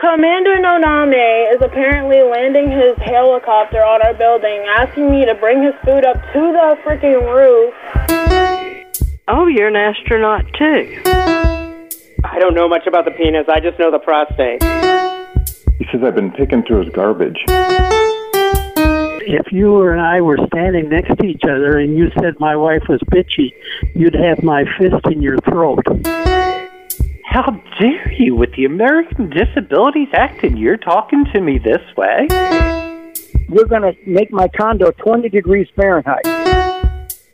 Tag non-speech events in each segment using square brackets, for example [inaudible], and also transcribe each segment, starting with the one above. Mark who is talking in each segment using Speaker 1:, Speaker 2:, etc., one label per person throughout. Speaker 1: Commander Noname is apparently landing his helicopter on our building, asking me to bring his food up to the freaking roof.
Speaker 2: Oh, you're an astronaut too.
Speaker 3: I don't know much about the penis. I just know the prostate.
Speaker 4: He says, I've been picking through his garbage.
Speaker 5: If you and I were standing next to each other and you said my wife was bitchy, you'd have my fist in your throat.
Speaker 6: How dare you with the American Disabilities Act and you're talking to me this way?
Speaker 7: You're going to make my condo 20 degrees Fahrenheit.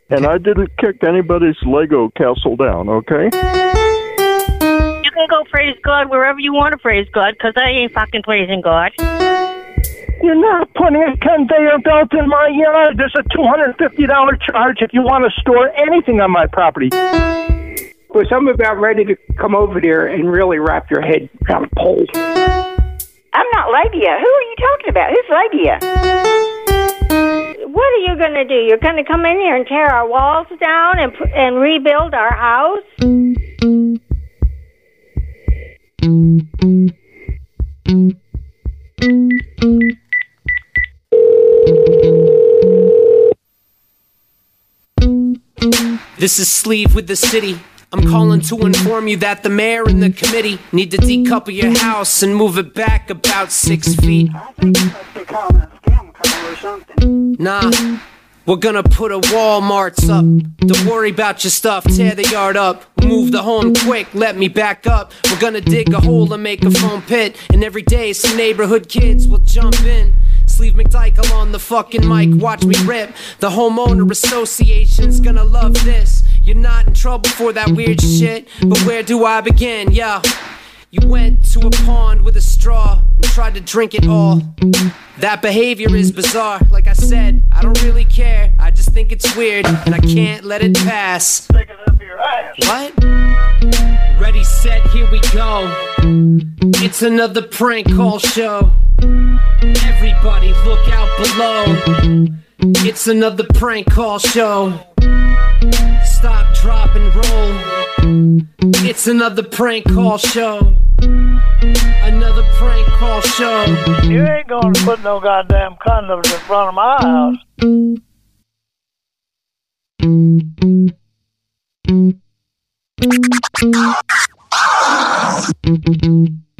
Speaker 8: And I didn't kick anybody's Lego castle down, okay?
Speaker 9: You can go praise God wherever you want to praise God, 'cause I ain't fucking praising God.
Speaker 10: You're not putting a conveyor belt in my yard. There's a $250 charge if you want to store anything on my property.
Speaker 11: Well, I'm about ready to come over there and really wrap your head around a pole.
Speaker 12: I'm not labia. Who are you talking about? Who's labia? What are you going to do? You're going to come in here and tear our walls down and pu- and rebuild our house?
Speaker 13: This is Sleeve with the city. I'm calling to inform you that the mayor and the committee need to decouple your house and move it back about six feet. Nah, we're gonna put a Walmart's up. Don't worry about your stuff, tear the yard up. Move the home quick, let me back up. We're gonna dig a hole and make a foam pit. And every day, some neighborhood kids will jump in. Sleeve McDyke on the fucking mic, watch me rip. The homeowner association's gonna love this. You're not in trouble for that weird shit, but where do I begin? Yeah. You went to a pond with a straw and tried to drink it all. That behavior is bizarre. Like I said, I don't really care. I just think it's weird and I can't let it pass. What? Ready, set, here we go. It's another prank call show. Everybody, look out below. It's another prank call show. Stop, drop, and roll. It's another prank call show. Another prank call show.
Speaker 14: You ain't gonna put no goddamn condoms in front of my house.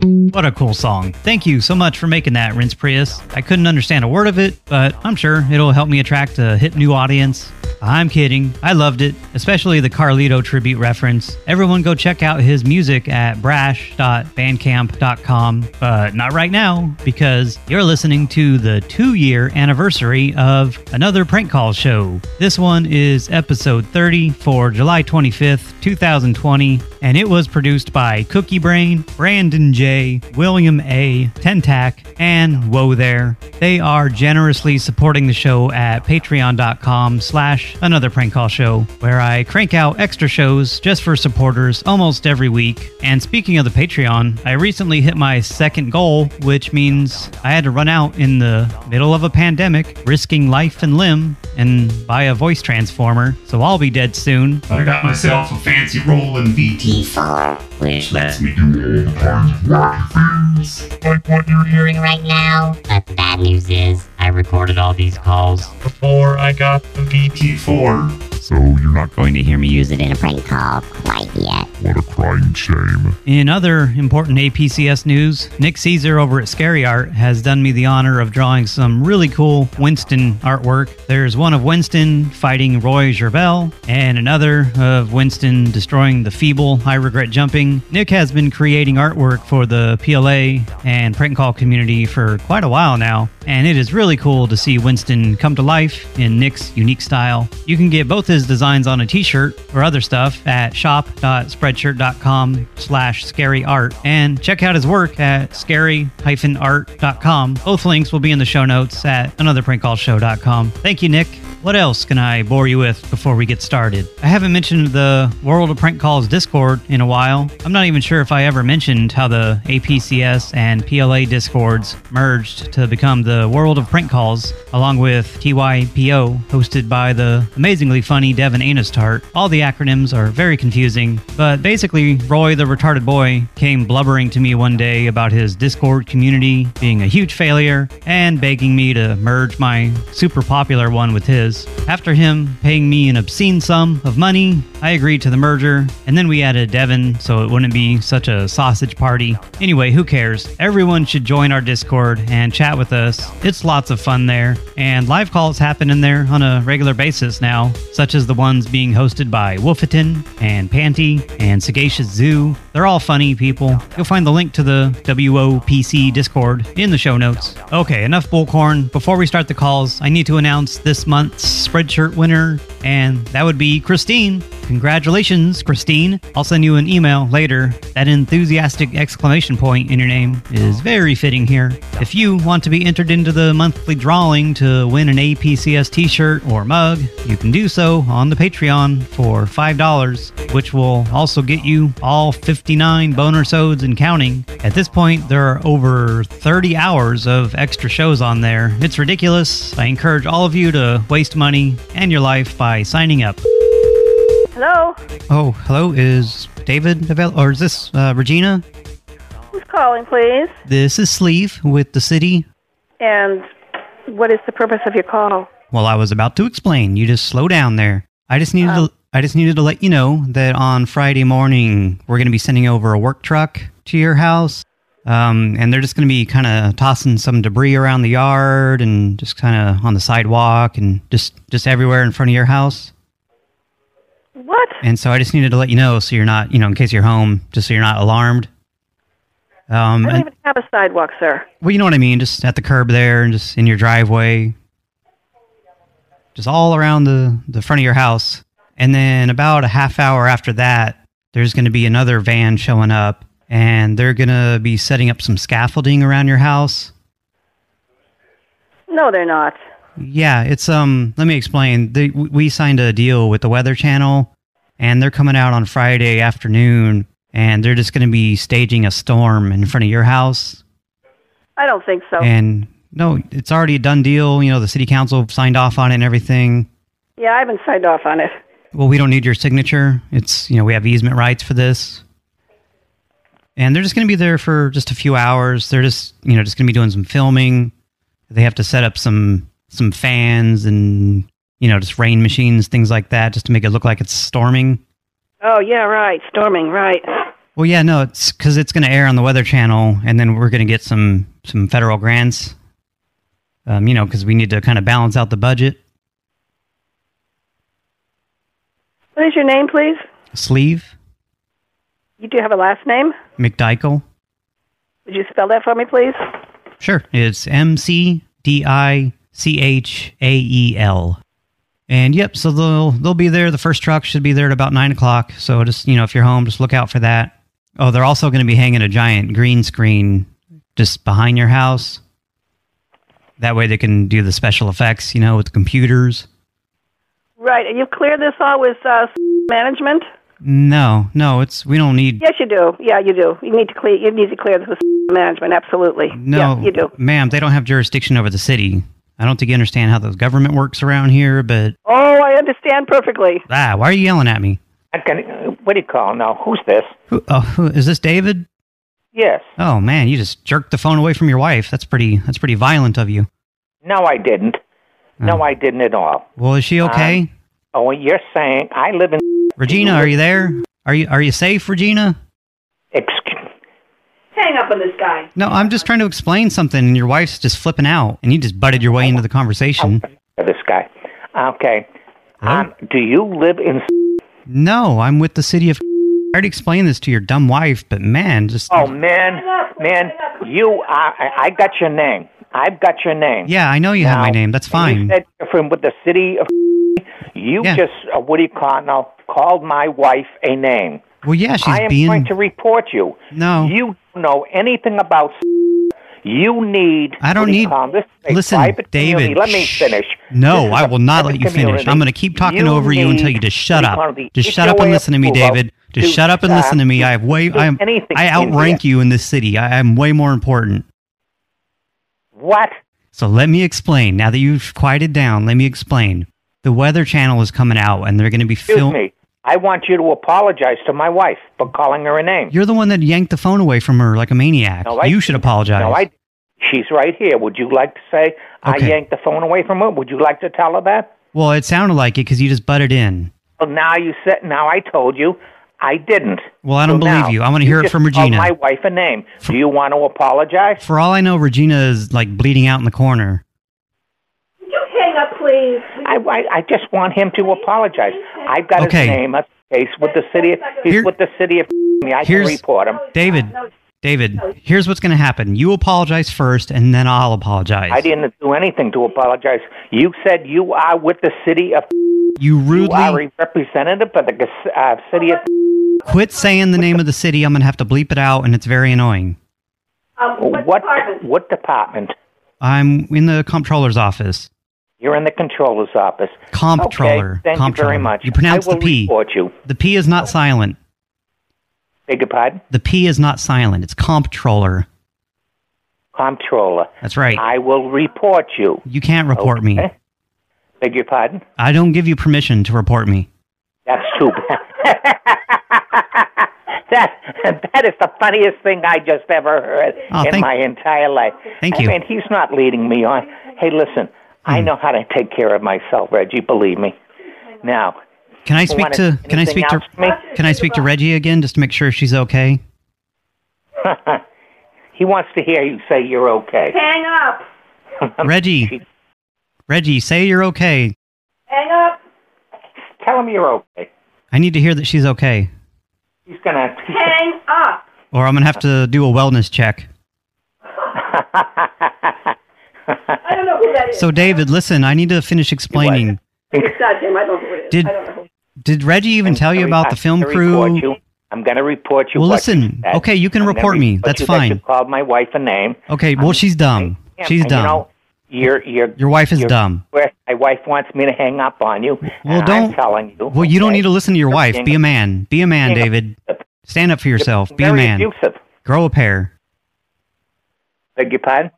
Speaker 15: What a cool song. Thank you so much for making that, Rince Prius. I couldn't understand a word of it, but I'm sure it'll help me attract a hip new audience. I'm kidding. I loved it, especially the Carlito tribute reference. Everyone go check out his music at brash.bandcamp.com, but not right now because you're listening to the two year anniversary of another prank call show. This one is episode 30 for July 25th, 2020, and it was produced by Cookie Brain, Brandon J, William A, Tentac, and Whoa There. They are generously supporting the show at patreon.com slash another prank call show, where I crank out extra shows just for supporters almost every week. And speaking of the Patreon, I recently hit my second goal, which means I had to run out in the middle of a pandemic, risking life and limb, and buy a voice transformer, so I'll be dead soon.
Speaker 16: I got myself a fancy rolling VT4, which lets me do all kinds of wacky things.
Speaker 17: Like what you're hearing right now. But the bad news is, I recorded all these calls before I got the VT4.
Speaker 16: So you're not going to hear me
Speaker 17: Is
Speaker 16: use
Speaker 17: it in a prank call quite yet?
Speaker 16: What a crying shame.
Speaker 15: In other important APCS news, Nick Caesar over at Scary Art has done me the honor of drawing some really cool Winston artwork. There's one of Winston fighting Roy Gervell, and another of Winston destroying the feeble I Regret Jumping. Nick has been creating artwork for the PLA and print call community for quite a while now, and it is really cool to see Winston come to life in Nick's unique style. You can get both his designs on a t-shirt or other stuff at shop.spreadshirt.com slash scary art and check out his work at scary-art.com. Both links will be in the show notes at anotherprankcallshow.com. Thank you, Nick. What else can I bore you with before we get started? I haven't mentioned the World of Prank Calls Discord in a while. I'm not even sure if I ever mentioned how the APCS and PLA Discords merged to become the the world of prank calls, along with TYPO, hosted by the amazingly funny Devin Anistart. All the acronyms are very confusing, but basically, Roy the retarded boy came blubbering to me one day about his Discord community being a huge failure and begging me to merge my super popular one with his. After him paying me an obscene sum of money, I agreed to the merger, and then we added Devin so it wouldn't be such a sausage party. Anyway, who cares? Everyone should join our Discord and chat with us. It's lots of fun there, and live calls happen in there on a regular basis now, such as the ones being hosted by Wolfeton and Panty and Sagacious Zoo. They're all funny people. You'll find the link to the WOPC Discord in the show notes. Okay, enough bullcorn. Before we start the calls, I need to announce this month's Spreadshirt winner, and that would be Christine. Congratulations, Christine. I'll send you an email later. That enthusiastic exclamation point in your name is very fitting here. If you want to be entered into the monthly drawing to win an APCS t shirt or mug, you can do so on the Patreon for $5, which will also get you all 59 bonus odes and counting. At this point, there are over 30 hours of extra shows on there. It's ridiculous. I encourage all of you to waste money and your life by signing up.
Speaker 18: Hello,
Speaker 15: Oh, hello. Is David available? Or is this uh, Regina?
Speaker 18: who's calling, please?
Speaker 15: This is Sleeve with the city.
Speaker 18: And what is the purpose of your call?
Speaker 15: Well, I was about to explain. You just slow down there. I just needed
Speaker 18: Uh-huh.
Speaker 15: to. I just needed to let you know that on Friday morning we're going to be sending over a work truck to your house, um, and they're just going to be kind of tossing some debris around the yard and just kind of on the sidewalk and just just everywhere in front of your house.
Speaker 18: What?
Speaker 15: And so I just needed to let you know so you're not, you know, in case you're home, just so you're not alarmed. Um,
Speaker 18: I
Speaker 15: and-
Speaker 18: don't even have a sidewalk, sir.
Speaker 15: well, you know what I mean, just at the curb there and just in your driveway. Just all around the, the front of your house. And then about a half hour after that, there's going to be another van showing up and they're going to be setting up some scaffolding around your house.
Speaker 18: No, they're not.
Speaker 15: Yeah, it's um. Let me explain. They, w- we signed a deal with the Weather Channel, and they're coming out on Friday afternoon, and they're just going to be staging a storm in front of your house.
Speaker 18: I don't think so.
Speaker 15: And no, it's already a done deal. You know, the city council signed off on it and everything.
Speaker 18: yeah, I haven't signed off on it.
Speaker 15: Well, we don't need your signature. It's you know we have easement rights for this. And they're just going to be there for just a few hours. They're just you know just going to be doing some filming. They have to set up some some fans and you know just rain machines, things like that, just to make it look like it's storming.
Speaker 18: Oh, yeah, right. Storming, right.
Speaker 15: Well, yeah, no, it's because it's going to air on the Weather Channel, and then we're going to get some some federal grants. Um, you know, because we need to kind of balance out the budget.
Speaker 18: What is your name, please?
Speaker 15: Sleeve
Speaker 18: You do have a last name.
Speaker 15: McDykel.
Speaker 18: Would you spell that for me, please?
Speaker 15: Sure. It's M C D I C H A E L. And yep, so they'll they'll be there. The first truck should be there at about nine o'clock. So just you know, if you're home, just look out for that. Oh, they're also going to be hanging a giant green screen just behind your house. That way they can do the special effects, you know, with the computers.
Speaker 18: Right. And you've cleared this all with uh, management.
Speaker 15: No, no, it's we don't need
Speaker 18: Yes, you do. Yeah, you do. You need to clear. You need to clear this with [laughs] management. Absolutely.
Speaker 15: No,
Speaker 18: Yeah, you do.
Speaker 15: ma'am. They don't have jurisdiction over the city. I don't think you understand how the government works around here. But
Speaker 18: Oh, I understand perfectly.
Speaker 15: ah, why are you yelling at me?
Speaker 11: What do you call now? Who's this?
Speaker 15: Who, oh, who, is this David?
Speaker 11: Yes.
Speaker 15: Oh man, you just jerked the phone away from your wife. That's pretty. That's pretty violent of you.
Speaker 11: No, I didn't. No, I didn't at all.
Speaker 15: Oh. Well, is she okay?
Speaker 11: Um, oh, you're saying I live in.
Speaker 15: Regina, are you there? Are you Are you safe, Regina?
Speaker 18: Hang up on this guy.
Speaker 15: No, I'm just trying to explain something, and your wife's just flipping out, and you just butted your way into the conversation.
Speaker 11: Oh, This guy. Okay. Um, do you live in?
Speaker 15: No, I'm with the city of. [laughs] I already explained this to your dumb wife, but man, just
Speaker 11: Oh man, man, you. Are, I, I got your name. I've got your name.
Speaker 15: yeah, I know you have my name. That's
Speaker 11: You
Speaker 15: fine.
Speaker 11: said you're from with the city of. [laughs] You
Speaker 15: Yeah.
Speaker 11: just uh, what do you call it now? Called my wife a name.
Speaker 15: Well, yeah, she's
Speaker 11: I am
Speaker 15: being.
Speaker 11: going to report you.
Speaker 15: No.
Speaker 11: You don't know anything about. [laughs] You need.
Speaker 15: I don't
Speaker 11: what do you
Speaker 15: need-
Speaker 11: call this? A
Speaker 15: Listen,
Speaker 11: private community.
Speaker 15: David,
Speaker 11: Let me
Speaker 15: shh.
Speaker 11: finish.
Speaker 15: No, I will not let you finish.
Speaker 11: community.
Speaker 15: I'm going to keep talking
Speaker 11: You
Speaker 15: over you until you
Speaker 11: need
Speaker 15: just shut
Speaker 11: to be one
Speaker 15: up.
Speaker 11: of the
Speaker 15: Just shut up
Speaker 11: HOA
Speaker 15: and listen to me,
Speaker 11: approval
Speaker 15: David. Just
Speaker 11: to,
Speaker 15: shut up and
Speaker 11: uh,
Speaker 15: listen to me. I have way.
Speaker 11: do
Speaker 15: I am.
Speaker 11: anything
Speaker 15: I
Speaker 11: in
Speaker 15: outrank you in this city. I am way more important.
Speaker 11: What?
Speaker 15: So let me explain. Now that you've quieted down, let me explain. The Weather Channel is coming out, and they're going to be
Speaker 11: Excuse
Speaker 15: filming.
Speaker 11: me. I want you to apologize to my wife for calling her a name.
Speaker 15: You're the one that yanked the phone away from her like a maniac.
Speaker 11: No, I-
Speaker 15: you should apologize.
Speaker 11: No, I. She's right here. Would you like to say I
Speaker 15: Okay.
Speaker 11: yanked the phone away from her? Would you like to tell her that?
Speaker 15: well, it sounded like it because you just butted in.
Speaker 11: Well, now you said. Now I told you I didn't.
Speaker 15: Well, I don't
Speaker 11: So
Speaker 15: believe
Speaker 11: now,
Speaker 15: you. I want to hear it
Speaker 11: just
Speaker 15: from
Speaker 11: called
Speaker 15: Regina.
Speaker 11: my wife a name. Do you want to apologize?
Speaker 15: For all I know, Regina is like bleeding out in the corner.
Speaker 11: Hang up, please. I, I, I just want him to apologize. I've got
Speaker 15: Okay.
Speaker 11: his name. That's case with the city. He's with the city of. Me. I can
Speaker 15: Here's-
Speaker 11: report him.
Speaker 15: David, David, here's what's going to happen. You apologize first, and then I'll apologize.
Speaker 11: I didn't do anything to apologize. You said you are with the city of.
Speaker 15: You rudely.
Speaker 11: You are a representative for the uh, city of.
Speaker 15: Quit saying the name of the city. I'm going to have to bleep it out, and it's very annoying.
Speaker 11: what, department? What department?
Speaker 15: I'm in the comptroller's office.
Speaker 11: You're in the controller's office.
Speaker 15: Comptroller.
Speaker 11: Okay, thank you
Speaker 15: Comptroller.
Speaker 11: very much.
Speaker 15: You pronounce
Speaker 11: I will
Speaker 15: the P.
Speaker 11: report you.
Speaker 15: The P is not silent.
Speaker 11: Beg your pardon?
Speaker 15: The P is not silent. It's comptroller.
Speaker 11: Comptroller.
Speaker 15: That's right.
Speaker 11: I will report you.
Speaker 15: You can't report me.
Speaker 11: Okay. Beg your pardon?
Speaker 15: I don't give you permission to report me.
Speaker 11: That's too bad. [laughs] that, that is the funniest thing I just ever heard
Speaker 15: Oh,
Speaker 11: in
Speaker 15: thank-
Speaker 11: my entire life.
Speaker 15: Thank
Speaker 11: I
Speaker 15: you. Hmm.
Speaker 11: mean, he's not leading me on. Hey, listen, I know how to take care of myself, Reggie, believe me. Now, [laughs]
Speaker 15: Can I
Speaker 11: you
Speaker 15: speak
Speaker 11: wanna-
Speaker 15: to Can I
Speaker 11: anything
Speaker 15: speak to
Speaker 11: else me?
Speaker 15: Can I speak to Reggie again just to make sure she's
Speaker 11: [laughs]
Speaker 15: okay?
Speaker 11: he wants to hear you say you're okay.
Speaker 12: Hang up.
Speaker 15: Reggie. Reggie, say you're okay.
Speaker 12: Hang up.
Speaker 11: Tell him you're okay.
Speaker 15: I need to hear that she's okay
Speaker 11: He's gonna. [laughs]
Speaker 12: Hang up.
Speaker 15: or I'm going to have to do a wellness check.
Speaker 19: I don't know who that is.
Speaker 15: So David, listen, I need to finish explaining.
Speaker 19: it's not him. I don't know who it is.
Speaker 15: Did-
Speaker 19: I don't know who.
Speaker 15: Did Reggie even tell you about the film
Speaker 11: Report
Speaker 15: crew?
Speaker 11: you. I'm going to report you.
Speaker 15: Well,
Speaker 11: what you
Speaker 15: listen,
Speaker 11: said.
Speaker 15: okay, you can
Speaker 11: I'm gonna
Speaker 15: report me.
Speaker 11: report
Speaker 15: That's
Speaker 11: you that you
Speaker 15: fine.
Speaker 11: called my wife a name.
Speaker 15: Okay, well she's dumb.
Speaker 11: Um, Yeah,
Speaker 15: She's
Speaker 11: and, You
Speaker 15: dumb.
Speaker 11: know, your your
Speaker 15: Your wife is dumb.
Speaker 11: My wife wants me to hang up on you.
Speaker 15: Well,
Speaker 11: and
Speaker 15: don't-
Speaker 11: I'm telling you.
Speaker 15: Well, you don't need to listen to your wife. Be a man. Be a man,
Speaker 11: being a-
Speaker 15: David. Stand up for yourself. Be a
Speaker 11: very
Speaker 15: man.
Speaker 11: abusive.
Speaker 15: Grow a pair.
Speaker 11: Beg your pardon?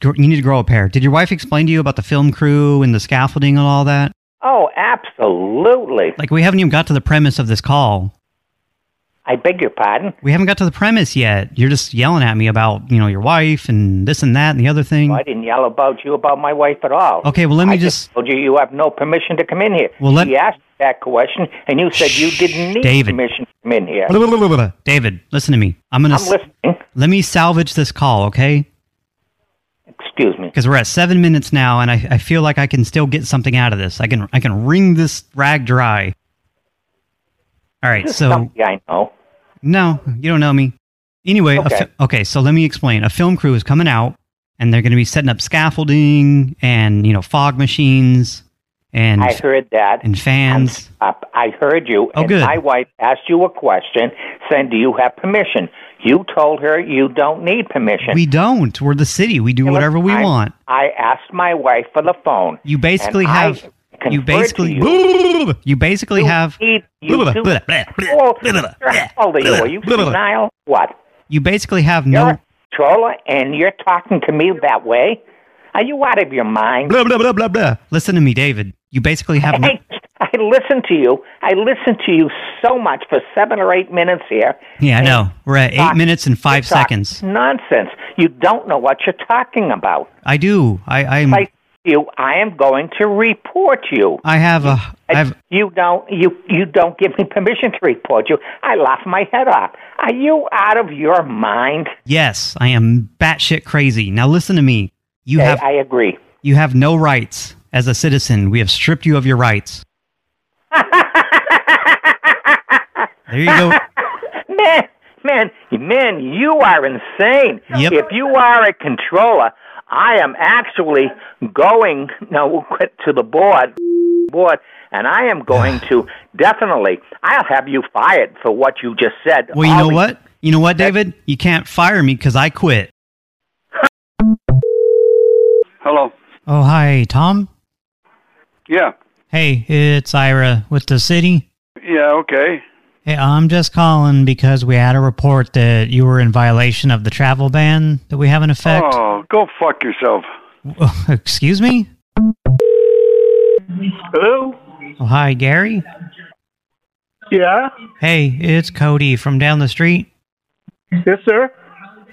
Speaker 15: Gr- You need to grow a pair. Did your wife explain to you about the film crew and the scaffolding and all that?
Speaker 11: Oh, absolutely.
Speaker 15: Like we haven't even got to the premise of this call.
Speaker 11: I beg your pardon.
Speaker 15: We haven't got to the premise yet. You're just yelling at me about, you know, your wife and this and that and the other thing.
Speaker 11: I didn't yell about you about my wife at all.
Speaker 15: Okay, well, let me
Speaker 11: I just, told you you have no permission to come in here.
Speaker 15: Well, let-
Speaker 11: she asked that question, and you said you didn't need
Speaker 15: David.
Speaker 11: permission to come in here.
Speaker 15: David, listen to me. I'm going
Speaker 11: I'm
Speaker 15: to
Speaker 11: listening.
Speaker 15: Let me salvage this call, okay?
Speaker 11: Excuse me.
Speaker 15: Because we're at seven minutes now, and I, I feel like I can still get something out of this. I can I can wring this rag dry. All right,
Speaker 11: This is
Speaker 15: so
Speaker 11: somebody I know.
Speaker 15: no, you don't know me. Anyway, a
Speaker 11: Okay.
Speaker 15: fi- okay, so let me explain. A film crew is coming out, and they're going to be setting up scaffolding and you know fog machines and
Speaker 11: I heard that.
Speaker 15: and fans.
Speaker 11: Up. I heard you.
Speaker 15: Oh,
Speaker 11: and
Speaker 15: good.
Speaker 11: My wife asked you a question, saying, "Do you have permission?" You told her you don't need permission.
Speaker 15: We don't. We're the city. We do whatever we
Speaker 11: I-
Speaker 15: want.
Speaker 11: I asked my wife for the phone.
Speaker 15: You basically
Speaker 11: and I
Speaker 15: have. You
Speaker 11: conferred to
Speaker 15: basically.
Speaker 11: you.
Speaker 15: You basically have.
Speaker 11: Need you to- Oh, how old are you? Are you senile? What?
Speaker 15: You basically have no.
Speaker 11: Troller, and you're talking to me that way? Are you out of your mind?
Speaker 15: Blah, blah, blah, blah, blah. Listen to me, David. You basically have no.
Speaker 11: I, [laughs] I listen to you. I listen to you so much for seven or eight minutes here.
Speaker 15: Yeah, I know. We're at eight
Speaker 11: Talk.
Speaker 15: minutes and five
Speaker 11: You're talking
Speaker 15: seconds.
Speaker 11: Nonsense. You don't know what you're talking about.
Speaker 15: I do. I I'm,
Speaker 11: I you, I am going to report you.
Speaker 15: I have a I have
Speaker 11: You don't you you don't give me permission to report you. I laugh my head off. Are you out of your mind?
Speaker 15: yes. I am batshit crazy. Now listen to me. You
Speaker 11: Okay,
Speaker 15: have
Speaker 11: I agree.
Speaker 15: you have no rights as a citizen. We have stripped you of your [laughs] rights. there you go.
Speaker 11: Man, man, man, you are insane.
Speaker 15: Yep.
Speaker 11: If you are a controller, I am actually going no to the board board and I am
Speaker 15: [sighs]
Speaker 11: going to definitely I'll have you fired for what you just said.
Speaker 15: Well, you
Speaker 11: All
Speaker 15: know
Speaker 11: the-
Speaker 15: what? You know what, David? You can't fire me because I quit.
Speaker 20: Hello.
Speaker 15: Oh, hi, Tom.
Speaker 20: Yeah.
Speaker 15: Hey, it's Ira with the city.
Speaker 20: Yeah. Okay.
Speaker 15: Hey, I'm just calling because we had a report that you were in violation of the travel ban that we have in effect.
Speaker 20: Oh, go fuck yourself.
Speaker 15: [laughs] Excuse me?
Speaker 8: Hello?
Speaker 15: Oh, hi, Gary?
Speaker 8: Yeah?
Speaker 15: Hey, it's Cody from down the street.
Speaker 8: Yes, sir?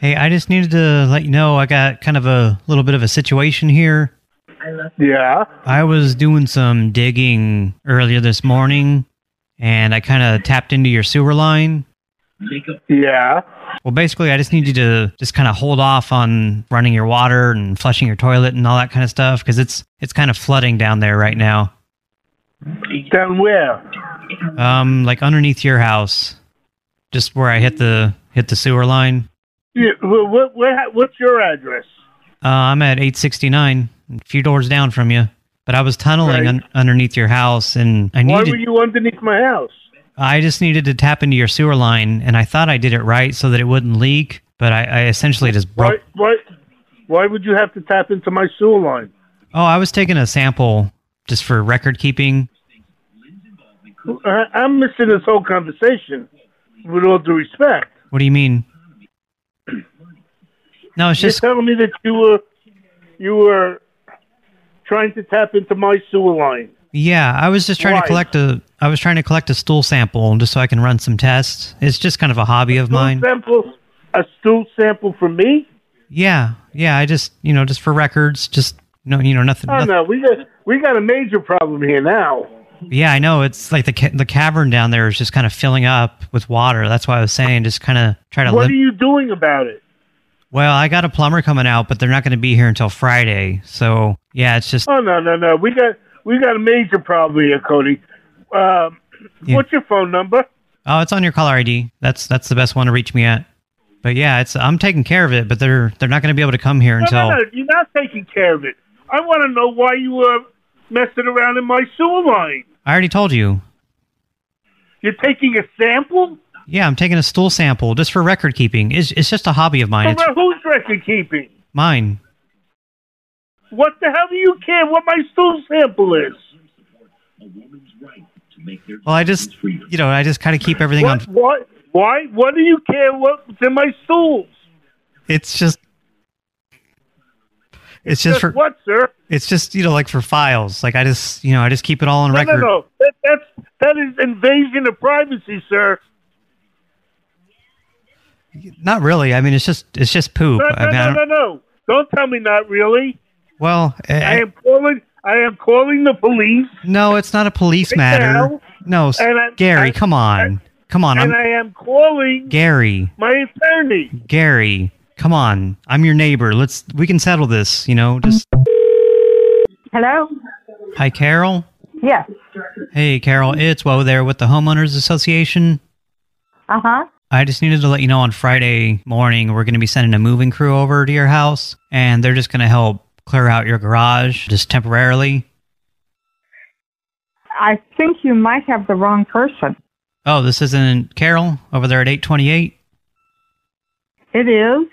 Speaker 15: Hey, I just needed to let you know I got kind of a little bit of a situation here.
Speaker 8: Yeah?
Speaker 15: I was doing some digging earlier this morning, and I kind of tapped into your sewer line.
Speaker 8: Yeah.
Speaker 15: Well, basically, I just need you to just kind of hold off on running your water and flushing your toilet and all that kind of stuff because it's it's kind of flooding down there right now.
Speaker 8: Down where?
Speaker 15: Um, like underneath your house, just where I hit the hit the sewer line.
Speaker 8: Yeah, wh- what, what, what's your address?
Speaker 15: Uh, I'm at 869, a few doors down from you. But I was tunneling
Speaker 8: Right.
Speaker 15: un- underneath your house, and I
Speaker 8: Why
Speaker 15: needed.
Speaker 8: were you underneath my house?
Speaker 15: I just needed to tap into your sewer line, and I thought I did it right so that it wouldn't leak. But I, I essentially just broke.
Speaker 8: Why, why, why would you have to tap into my sewer line?
Speaker 15: Oh, I was taking a sample just for record keeping.
Speaker 8: I, Uh, I'm missing this whole conversation, with all due respect.
Speaker 15: What do you mean? No, it's just
Speaker 8: You're telling me that you were, you were trying to tap into my sewer line.
Speaker 15: yeah. I was just trying
Speaker 8: Why?
Speaker 15: to collect a. I was trying to collect a stool sample just so I can run some tests. It's just kind of a hobby of mine.
Speaker 8: Stool sample, a stool sample from me?
Speaker 15: Yeah, yeah. I just you know just for records, just no, you know nothing.
Speaker 8: Oh
Speaker 15: nothing
Speaker 8: no, we got we got a major problem here now.
Speaker 15: Yeah, I know. It's like the ca- the cavern down there is just kind of filling up with water. That's why I was saying just kind of try to
Speaker 8: What
Speaker 15: live.
Speaker 8: are you doing about it?
Speaker 15: well, I got a plumber coming out, but they're not going to be here until Friday. So yeah, it's just
Speaker 8: Oh no, no, no. We got we got a major problem here, Cody. Um,
Speaker 15: Yeah.
Speaker 8: What's your phone number?
Speaker 15: oh, it's on your caller ID. That's that's the best one to reach me at. But yeah, it's I'm taking care of it, but they're they're not going to be able to come here until.
Speaker 8: No, no, no, you're not taking care of it. I want to know why you were messing around in my sewer line.
Speaker 15: I already told you.
Speaker 8: You're taking a sample.
Speaker 15: Yeah, I'm taking a stool sample just for record keeping. It's it's just a hobby of mine.
Speaker 8: Well,
Speaker 15: It's
Speaker 8: now who's record keeping?
Speaker 15: mine.
Speaker 8: What the hell do you care what my stool sample is?
Speaker 15: Well, I just you know I just kind of keep everything on.
Speaker 8: What, what? Why? What do you care what's in my stool?
Speaker 15: It's just it's just for
Speaker 8: what, sir?
Speaker 15: It's just you know like for files. Like I just you know I just keep it all on
Speaker 8: No, no,
Speaker 15: record.
Speaker 8: no. That, that's that is invasion of privacy, sir.
Speaker 15: Not really. I mean it's just it's just poop.
Speaker 8: No,
Speaker 15: I
Speaker 8: no,
Speaker 15: mean, I
Speaker 8: no,
Speaker 15: don't-
Speaker 8: no, no. Don't tell me not really.
Speaker 15: Well, eh,
Speaker 8: I am calling. I am calling the police,
Speaker 15: no, it's not a police
Speaker 8: Hey,
Speaker 15: matter.
Speaker 8: Al.
Speaker 15: No, s-
Speaker 8: And I-
Speaker 15: Gary,
Speaker 8: I-
Speaker 15: come on, come on. I'm
Speaker 8: and I am calling
Speaker 15: Gary,
Speaker 8: my attorney.
Speaker 15: Gary, come on. I'm your neighbor. Let's we can settle this. You know, just
Speaker 18: Hello?
Speaker 15: hi, Carol.
Speaker 18: Yes.
Speaker 15: Hey, Carol, it's Woe there with the homeowners association.
Speaker 18: Uh huh.
Speaker 15: I just needed to let you know on Friday morning we're going to be sending a moving crew over to your house and they're just going to help clear out your garage just temporarily.
Speaker 18: I think you might have the wrong person.
Speaker 15: Oh, this isn't Carol over there at 828?
Speaker 18: It is.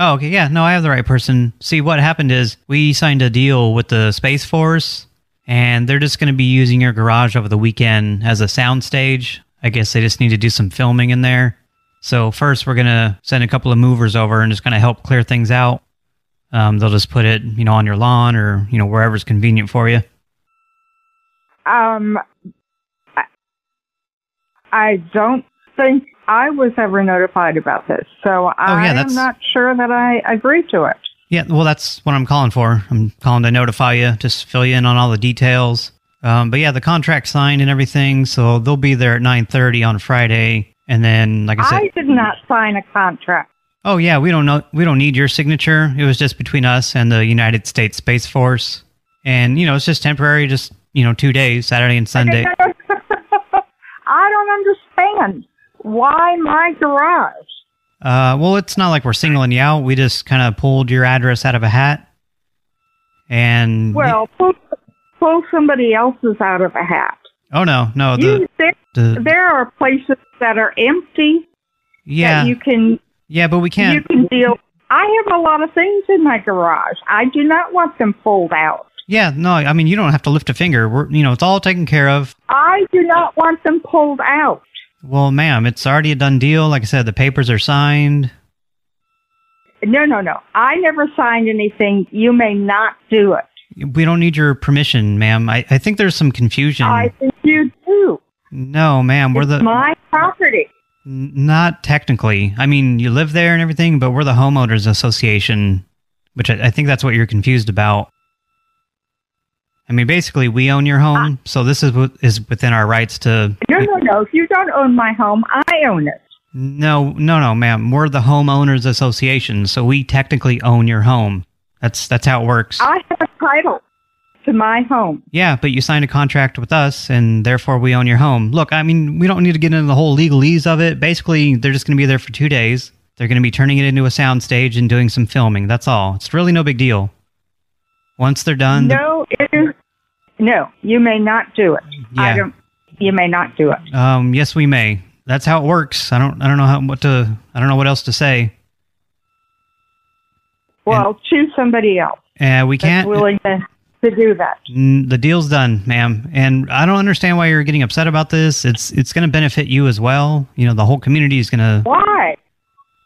Speaker 15: Oh, okay. Yeah, no, I have the right person. See, what happened is we signed a deal with the Space Force and they're just going to be using your garage over the weekend as a sound stage. I guess they just need to do some filming in there. So first we're going to send a couple of movers over and just kind of help clear things out. Um, they'll just put it, you know, on your lawn or, you know, wherever's convenient for you.
Speaker 18: Um, I, I don't think I was ever notified about this, so I am
Speaker 15: Oh, that's-
Speaker 18: not sure that I agree to it.
Speaker 15: Yeah, well, that's what I'm calling for. I'm calling to notify you, just fill you in on all the details. Um, but yeah, the contract signed and everything, so they'll be there at 9:30 on Friday. And then, like I said, mm.
Speaker 18: I did not sign a contract.
Speaker 15: oh yeah, we don't know, we don't need your signature. It was just between us and the United States Space Force, and you know, it's just temporary, just you know, two days, Saturday and Sunday.
Speaker 18: [laughs] I don't understand why my garage.
Speaker 15: Uh, well, it's not like we're singling you out. We just kind of pulled your address out of a hat, and
Speaker 18: Well, pull, pull somebody else's out of a hat.
Speaker 15: oh no, no,
Speaker 18: you,
Speaker 15: the,
Speaker 18: there,
Speaker 15: the-
Speaker 18: there are places that are empty
Speaker 15: yeah,
Speaker 18: that you can
Speaker 15: yeah, but we can't.
Speaker 18: you can deal. I have a lot of things in my garage. I do not want them pulled out.
Speaker 15: Yeah, no, I mean you don't have to lift a finger. We're, you know, it's all taken care of.
Speaker 18: I do not want them pulled out.
Speaker 15: Well, ma'am, it's already a done deal. Like I said, the papers are signed.
Speaker 18: no, no, no. I never signed anything. You may not do it.
Speaker 15: We don't need your permission, ma'am. I, I think there's some confusion.
Speaker 18: I think you do.
Speaker 15: no, ma'am, we're the
Speaker 18: My property.
Speaker 15: n- not technically. I mean, you live there and everything, but we're the homeowners association, which I, I think that's what you're confused about. I mean, basically, we own your home, so this is what is within our rights to.
Speaker 18: No, no, no. If you don't own my home, I own it.
Speaker 15: No, no, no, ma'am. We're the homeowners association, so we technically own your home. That's that's how it works.
Speaker 18: I have a title to my home.
Speaker 15: Yeah, but you signed a contract with us, and therefore we own your home. Look, I mean, we don't need to get into the whole legalese of it. Basically, they're just going to be there for two days. They're going to be turning it into a soundstage and doing some filming. That's all. It's really no big deal. Once they're done,
Speaker 18: No, it is. No, you may not do it. I
Speaker 15: Yeah.
Speaker 18: don't. You may not do it.
Speaker 15: um, yes, we may. That's how it works. I don't, I don't know how, what to, I don't know what else to say.
Speaker 18: Well, choose somebody else
Speaker 15: Uh, we
Speaker 18: that's
Speaker 15: can't.
Speaker 18: willing to, to do that.
Speaker 15: N- The deal's done, ma'am. And I don't understand why you're getting upset about this. It's, it's going to benefit you as well. You know, the whole community is going to,
Speaker 18: Why?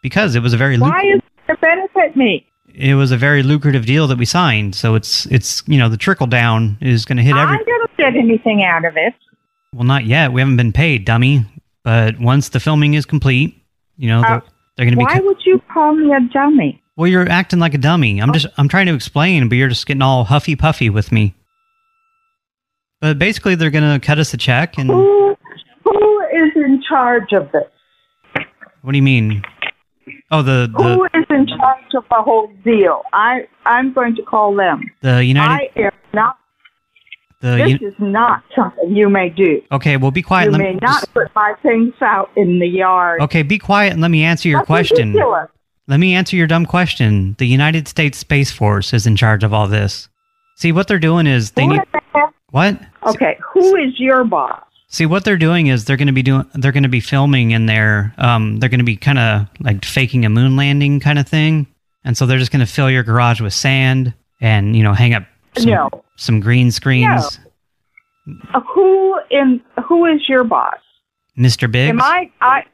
Speaker 15: because it was a very
Speaker 18: Why is it to benefit me?
Speaker 15: it was a very lucrative deal that we signed. So it's it's you know the trickle down is going to hit
Speaker 18: I
Speaker 15: every.
Speaker 18: don't get anything out of it.
Speaker 15: Well, not yet. We haven't been paid, dummy. But once the filming is complete, you know
Speaker 18: Uh,
Speaker 15: they're, they're going to be.
Speaker 18: Why would you call me a dummy?
Speaker 15: well, you're acting like a dummy.
Speaker 18: Oh.
Speaker 15: I'm just I'm trying to explain, but you're just getting all huffy puffy with me. But basically, they're going to cut us a check, and
Speaker 18: Who who is in charge of this?
Speaker 15: what do you mean? Oh, the
Speaker 18: Who
Speaker 15: the,
Speaker 18: is in charge of the whole deal? I I'm going to call them.
Speaker 15: the United
Speaker 18: I am not.
Speaker 15: the
Speaker 18: this
Speaker 15: uni-
Speaker 18: is not something you may do.
Speaker 15: okay. Well, be quiet.
Speaker 18: you
Speaker 15: Let
Speaker 18: may
Speaker 15: me
Speaker 18: not
Speaker 15: just-
Speaker 18: put my things out in the yard.
Speaker 15: okay, be quiet and let me answer your
Speaker 18: That's
Speaker 15: question.
Speaker 18: ridiculous.
Speaker 15: Let me answer your dumb question. The United States Space Force is in charge of all this. See, what they're doing is they
Speaker 18: Who
Speaker 15: need
Speaker 18: the heck-
Speaker 15: what?
Speaker 18: Okay, who is your boss?
Speaker 15: See, what they're doing is they're going to be doing they're going to be filming in there. Um, they're going to be kind of like faking a moon landing kind of thing, and so they're just going to fill your garage with sand and you know hang up some,
Speaker 18: No. Uh,
Speaker 15: some green screens.
Speaker 18: Who in who is your boss?
Speaker 15: Mr. Biggs,
Speaker 18: Am I I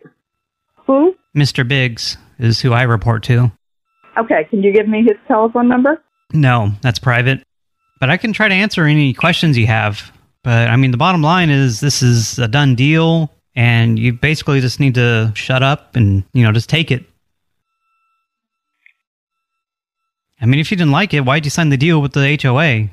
Speaker 18: who?
Speaker 15: Mr. Biggs is who I report to.
Speaker 18: Okay, can you give me his telephone number?
Speaker 15: No, that's private. But I can try to answer any questions you have. But I mean, the bottom line is this is a done deal, and you basically just need to shut up and, you know, just take it. I mean, if you didn't like it, why'd you sign the deal with the HOA?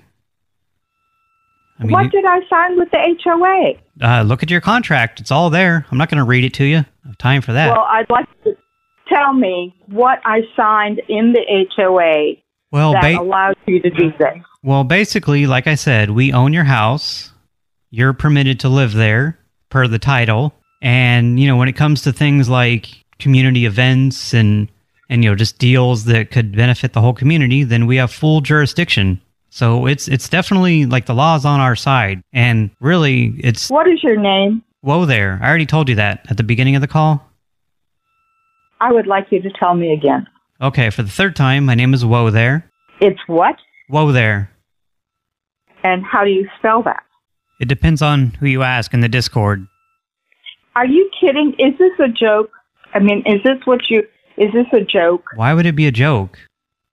Speaker 15: I mean,
Speaker 18: what did I sign with the HOA?
Speaker 15: you- uh, look at your contract. It's all there. I'm not going to read it to you. I have time for that.
Speaker 18: Well, I'd like to tell me what I signed in the HOA
Speaker 15: Well,
Speaker 18: that
Speaker 15: ba-
Speaker 18: allows you to do this.
Speaker 15: Well, basically, like I said, we own your house. You're permitted to live there per the title. And, you know, when it comes to things like community events and and you know, just deals that could benefit the whole community, then we have full jurisdiction. So it's it's definitely like the law's on our side. And really it's
Speaker 18: What is your name?
Speaker 15: Whoa there. I already told you that at the beginning of the call.
Speaker 18: I would like you to tell me again.
Speaker 15: Okay, for the third time, my name is Whoa there.
Speaker 18: It's what?
Speaker 15: Whoa there.
Speaker 18: And how do you spell that?
Speaker 15: It depends on who you ask in the Discord.
Speaker 18: Are you kidding? Is this a joke? I mean, is this what you is this a joke?
Speaker 15: Why would it be a joke?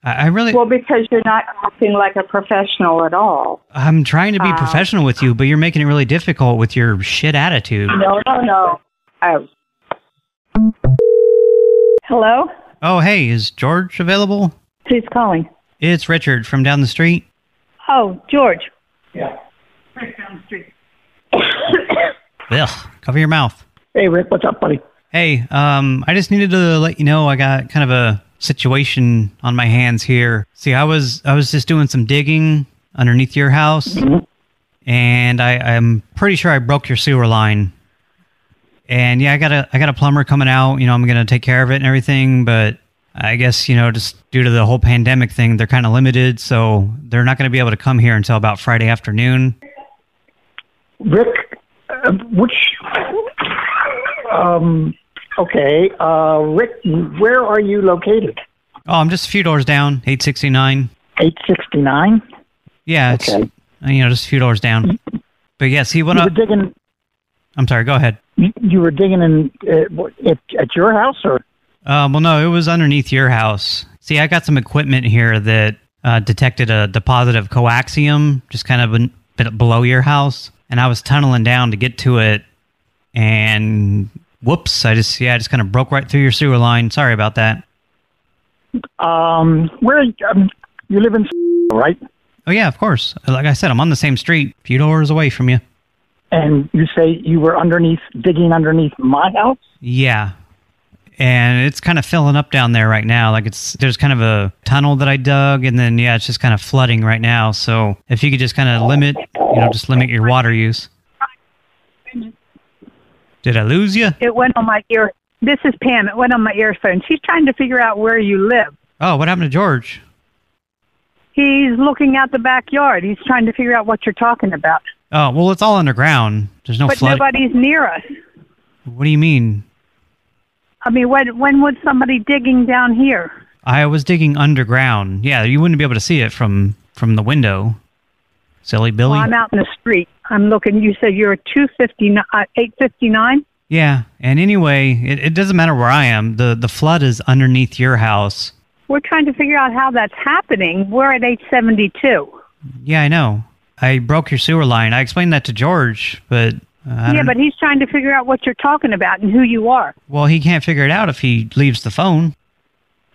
Speaker 15: I, I really
Speaker 18: Well, because you're not acting like a professional at all.
Speaker 15: I'm trying to be
Speaker 18: Uh,
Speaker 15: professional with you, but you're making it really difficult with your shit attitude.
Speaker 18: No, no, no. Oh. Hello?
Speaker 15: Oh, hey, is George available?
Speaker 21: Who's calling?
Speaker 15: It's Richard from down the street.
Speaker 21: Oh, George.
Speaker 15: Ugh, cover your mouth.
Speaker 21: Hey, Rick, what's up, buddy?
Speaker 15: Hey, um, I just needed to let you know I got kind of a situation on my hands here. See, I was I was just doing some digging underneath your house, and I, I'm pretty sure I broke your sewer line. And yeah, I got a I got a plumber coming out. You know, I'm gonna take care of it and everything. But I guess you know, just due to the whole pandemic thing, they're kind of limited, so they're not gonna be able to come here until about Friday afternoon.
Speaker 21: Rick, uh, which, um, okay, uh, Rick, where are you located?
Speaker 15: Oh, I'm just a few doors down, eight sixty nine.
Speaker 21: 869?
Speaker 15: Yeah, it's
Speaker 21: Okay.
Speaker 15: uh, you know just a few doors down. But yeah, see what
Speaker 21: you
Speaker 15: I,
Speaker 21: were digging,
Speaker 15: I'm sorry. Go ahead.
Speaker 21: you, you were digging in, uh, what- at, at your house or?
Speaker 15: Uh, well, no, it was underneath your house. See, I got some equipment here that uh, detected a deposit of coaxium just kind of ben- bit below your house, and I was tunneling down to get to it, and whoops! I just yeah, I just kind of broke right through your sewer line. Sorry about that.
Speaker 21: Um, where um, you live in, right?
Speaker 15: Oh yeah, of course. Like I said, I'm on the same street, a few doors away from you.
Speaker 21: And you say you were underneath, digging underneath my house.
Speaker 15: Yeah. And it's kind of filling up down there right now. Like it's there's kind of a tunnel that I dug and then yeah, it's just kind of flooding right now. So if you could just kind of limit, you know, just limit your water use. Did I lose you?
Speaker 22: It went on my ear. This is Pam. It went on my earphone. She's trying to figure out where you live.
Speaker 15: Oh, what happened to George?
Speaker 22: He's looking out the backyard. He's trying to figure out what you're talking about.
Speaker 15: Oh, well, it's all underground. There's no
Speaker 22: but
Speaker 15: flood.
Speaker 22: nobody's near us.
Speaker 15: What do you mean?
Speaker 22: I mean, when when was somebody digging down here?
Speaker 15: I was digging underground. Yeah, you wouldn't be able to see it from from the window. Silly Billy.
Speaker 22: Well, I'm out in the street. I'm looking. You said you're at 259, uh, 859.
Speaker 15: Yeah, and anyway, it, it doesn't matter where I am. The the flood is underneath your house.
Speaker 22: We're trying to figure out how that's happening. We're at 872.
Speaker 15: Yeah, I know. I broke your sewer line. I explained that to George, but uh, I
Speaker 22: yeah,
Speaker 15: don't-
Speaker 22: but he's trying to figure out what you're talking about and who you are.
Speaker 15: well, he can't figure it out if he leaves the phone.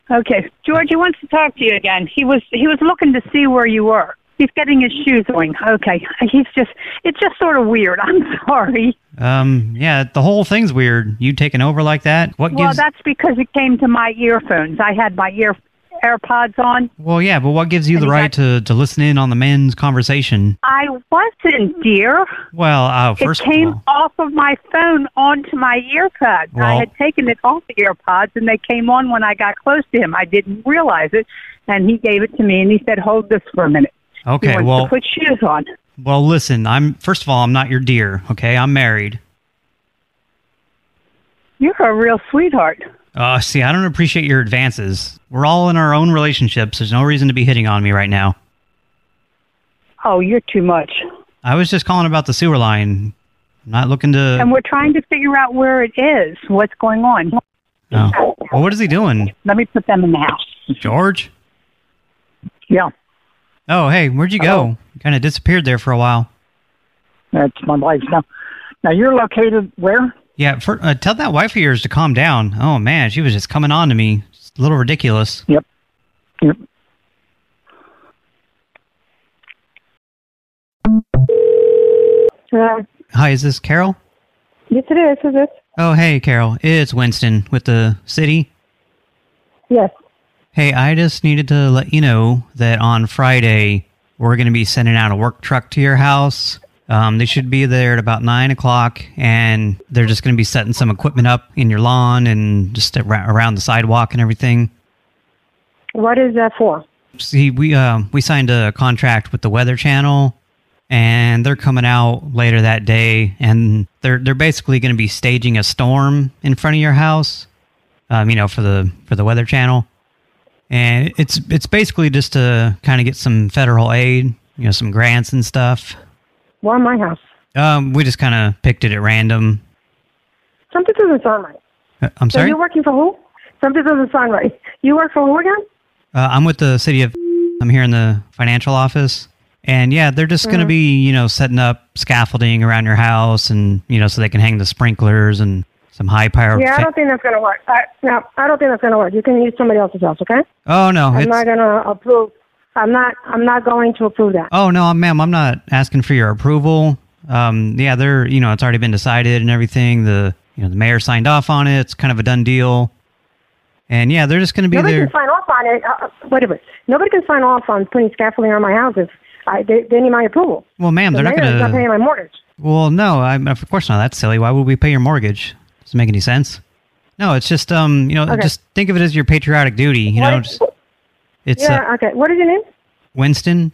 Speaker 22: Okay, George, he wants to talk to you again. He was he was looking to see where you were. He's getting his shoes going. Okay, he's just it's just sort of weird. [laughs] I'm sorry.
Speaker 15: Um, yeah, the whole thing's weird. You taking over like that? What
Speaker 22: well,
Speaker 15: gives?
Speaker 22: that's because it came to my earphones. I had my ear AirPods on.
Speaker 15: well, yeah, but what gives you the right to to listen in on the men's conversation?
Speaker 22: I wasn't, dear.
Speaker 15: Well, uh,
Speaker 22: It
Speaker 15: first of
Speaker 22: came
Speaker 15: all-
Speaker 22: off of my phone onto my earpods. I
Speaker 15: Well-
Speaker 22: had taken it off the earpods, and they came on when I got close to him. I didn't realize it, and he gave it to me, and he said, "Hold this for a minute." he
Speaker 15: okay.
Speaker 22: wants
Speaker 15: Well,
Speaker 22: to put shoes on.
Speaker 15: well, listen. I'm first of all, I'm not your dear. Okay, I'm married.
Speaker 22: You're a real sweetheart.
Speaker 15: Uh, see, I don't appreciate your advances. We're all in our own relationships. There's no reason to be hitting on me right now.
Speaker 22: Oh, you're too much.
Speaker 15: I was just calling about the sewer line. I'm not looking to.
Speaker 22: and we're trying to figure out where it is, what's going on.
Speaker 15: Oh. Well, what is he doing,
Speaker 22: Let me put them in the house.
Speaker 15: George?
Speaker 21: Yeah.
Speaker 15: Oh, hey, where'd you go? You kind of disappeared there for a while.
Speaker 21: That's my wife now. Now you're located where?
Speaker 15: Yeah, for, uh, tell that wife of yours to calm down. Oh man, she was just coming on to me. It's a little ridiculous.
Speaker 21: Yep. Yep.
Speaker 1: Hello.
Speaker 15: Hi, is this Carol?
Speaker 1: Uh, Yes, it is. Is it?
Speaker 15: Oh, hey, Carol. It's Winston with the city.
Speaker 1: Yes.
Speaker 15: Hey, I just needed to let you know that on Friday we're going to be sending out a work truck to your house. Um, they should be there at about nine o'clock, and they're just going to be setting some equipment up in your lawn and just ar- around the sidewalk and everything.
Speaker 1: What is that for?
Speaker 15: See, we uh, we signed a contract with the Weather Channel, and they're coming out later that day, and they're they're basically going to be staging a storm in front of your house, um, you know, for the for the Weather Channel, and it's it's basically just to kind of get some federal aid, you know, some grants and stuff.
Speaker 1: Why my house?
Speaker 15: Um, we just kind of picked it at random.
Speaker 1: Something doesn't sound right.
Speaker 15: Uh, I'm
Speaker 1: So
Speaker 15: sorry,
Speaker 1: you're
Speaker 15: uh,
Speaker 1: working for who? Something doesn't sound right. You work for who again?
Speaker 15: Uh, I'm with the city of. I'm here in the financial office. And yeah, they're just going to
Speaker 1: Mhm.
Speaker 15: be, you know, setting up scaffolding around your house and, you know, so they can hang the sprinklers and some high power.
Speaker 1: yeah, I don't think that's gonna work. I, no, I don't think that's gonna work. You can use somebody else's house, okay?
Speaker 15: oh, no.
Speaker 1: I'm
Speaker 15: It's,
Speaker 1: not gonna approve. I'm not. I'm not going to approve that.
Speaker 15: oh, no, ma'am. I'm not asking for your approval. Um, yeah, they're, you know, it's already been decided and everything. The, you know, the mayor signed off on it. It's kind of a done deal. And yeah, they're just going to be
Speaker 1: Nobody
Speaker 15: there.
Speaker 1: can sign off on it. Uh, uh, wait a minute. Nobody can sign off on putting scaffolding on my house if I, they, they need my approval.
Speaker 15: Well, ma'am,
Speaker 1: the
Speaker 15: they're not
Speaker 1: mayor is not
Speaker 15: going
Speaker 1: paying
Speaker 15: to.
Speaker 1: my mortgage.
Speaker 15: Well, no, I, of course not. That's silly. Why would we pay your mortgage? Doesn't make any sense. No, it's just, um, you know,
Speaker 1: Okay.
Speaker 15: just think of it as your patriotic duty. You know, just, it's uh,
Speaker 1: yeah. okay. What is your name?
Speaker 15: Winston,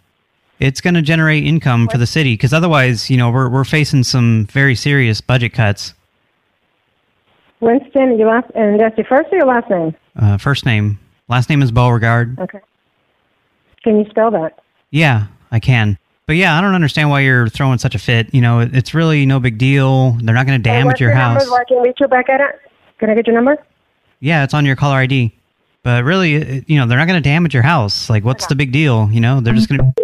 Speaker 15: it's going to generate income for the city because otherwise, you know, we're we're facing some very serious budget cuts.
Speaker 1: Winston. Your last and that's your first or your last name?
Speaker 15: Uh, first name, last name is Beauregard.
Speaker 1: Okay. Can you spell that?
Speaker 15: Yeah, I can. But yeah, I don't understand why you're throwing such a fit. You know, it, it's really no big deal. They're not going to damage
Speaker 1: What's
Speaker 15: your
Speaker 1: number
Speaker 15: house.
Speaker 1: where I can reach you back at it? Can I get your number?
Speaker 15: Yeah, it's on your caller ID. But really, it- you know, they're not going to damage your house. Like, what's the big deal? You know, they're just going
Speaker 1: Mm-hmm.
Speaker 15: to.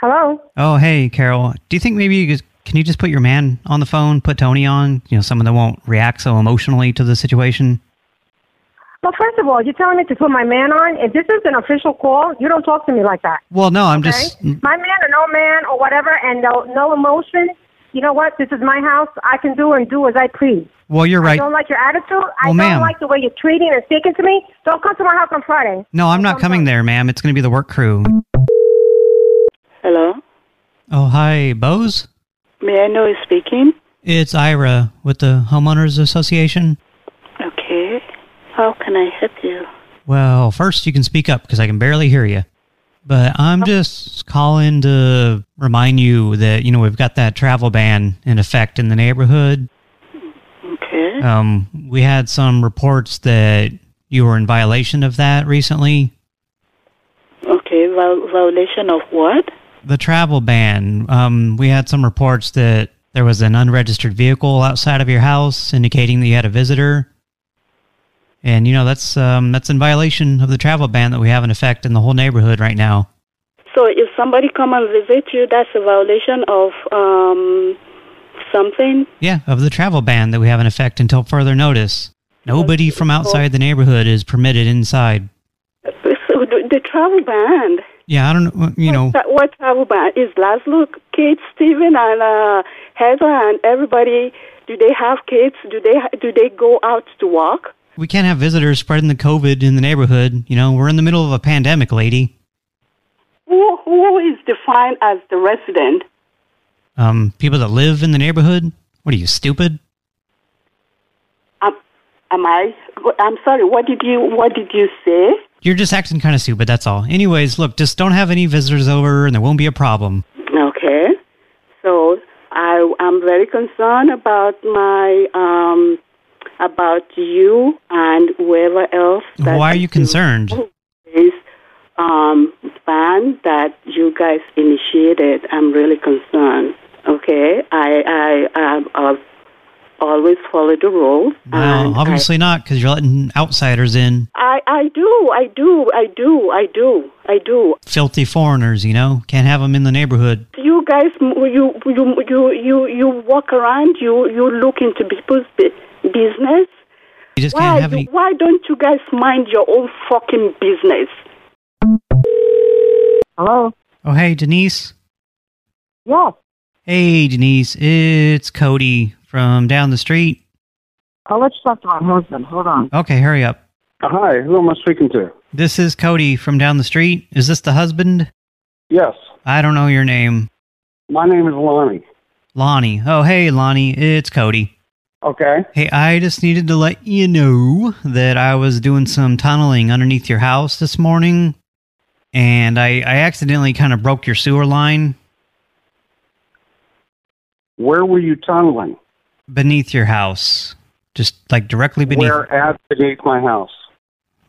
Speaker 1: Hello?
Speaker 15: Oh, hey, Carol. Do you think maybe you could, can you just put your man on the phone, put Tony on? You know, someone that won't react so emotionally to the situation.
Speaker 1: Well, first of all, you're telling me to put my man on. If this is an official call, you don't talk to me like that.
Speaker 15: Well, no, I'm just.
Speaker 1: okay? My man or no man or whatever, and no, no emotion. You know what? This is my house. I can do and do as I please.
Speaker 15: Well, you're
Speaker 1: I
Speaker 15: right.
Speaker 1: don't like your attitude. I don't
Speaker 15: Well, ma'am.
Speaker 1: like the way you're treating and speaking to me. Don't come to my house on Friday.
Speaker 15: No, I'm not coming there, ma'am. It's going to be the work crew.
Speaker 1: Mm-hmm.
Speaker 23: Hello?
Speaker 15: Oh, hi, Bose.
Speaker 23: May I know who's speaking?
Speaker 15: It's Ira with the Homeowners Association.
Speaker 23: Okay. How can I help you?
Speaker 15: Well, first you can speak up because I can barely hear you. But I'm just calling to remind you that, you know, we've got that travel ban in effect in the neighborhood.
Speaker 23: Okay.
Speaker 15: Um, we had some reports that you were in violation of that recently.
Speaker 23: Okay, viol- violation of what?
Speaker 15: The travel ban. Um, we had some reports that there was an unregistered vehicle outside of your house indicating that you had a visitor. And, you know, that's um, that's in violation of the travel ban that we have in effect in the whole neighborhood right now.
Speaker 23: So if somebody come and visit you, that's a violation of um something? [laughs]
Speaker 15: Yeah, of the travel ban that we have in effect until further notice. Nobody from outside the neighborhood is permitted inside.
Speaker 23: So the, the travel ban.
Speaker 15: Yeah, I don't know, uh, you know,
Speaker 23: That- What travel ban? Is Laszlo, Kate, Steven, and uh, Heather, and everybody, do they have kids? Do they, ha- do they go out to walk?
Speaker 15: we can't have visitors spreading the COVID in the neighborhood. You know, we're in the middle of a pandemic, lady.
Speaker 23: Who, who is defined as the resident?
Speaker 15: Um, people that live in the neighborhood? What are you, stupid?
Speaker 23: Am, am I? I'm sorry. What did you What did you say?
Speaker 15: You're just acting kind of stupid, that's all. Anyways, look, just don't have any visitors over and there won't be a problem.
Speaker 23: Okay. So I I'm very concerned about my um about you and whoever else that
Speaker 15: Why are you concerned?
Speaker 23: this um ban that you guys initiated. I'm really concerned. Okay. I I I I've always follow the rules.
Speaker 15: Well,
Speaker 23: Um,
Speaker 15: obviously not, because you're letting outsiders in.
Speaker 23: I I do I do I do I do I do.
Speaker 15: Filthy foreigners, you know? Can't have them in the neighborhood.
Speaker 23: You guys, you you you you you walk around. You you look into people's bu- business.
Speaker 15: You just
Speaker 23: why
Speaker 15: can't have
Speaker 23: you-
Speaker 15: any-
Speaker 23: Why don't you guys mind your own fucking business?
Speaker 15: Hello? Oh, hey, Denise?
Speaker 1: Yes.
Speaker 15: Hey, Denise, it's Cody from down the street.
Speaker 10: Oh, let's talk to my husband. Hold on. Uh-huh.
Speaker 15: Okay, hurry up.
Speaker 10: Hi, who am I speaking to?
Speaker 15: This is Cody from down the street. Is this the husband?
Speaker 10: Yes.
Speaker 15: I don't know your name.
Speaker 10: My name is Lonnie.
Speaker 15: Lonnie. Oh, hey, Lonnie. It's Cody.
Speaker 10: Okay.
Speaker 15: Hey, I just needed to let you know that I was doing some tunneling underneath your house this morning, and I, I accidentally kind of broke your sewer line
Speaker 10: Where were you tunneling?
Speaker 15: beneath your house. Just like directly beneath.
Speaker 10: Where at beneath my house?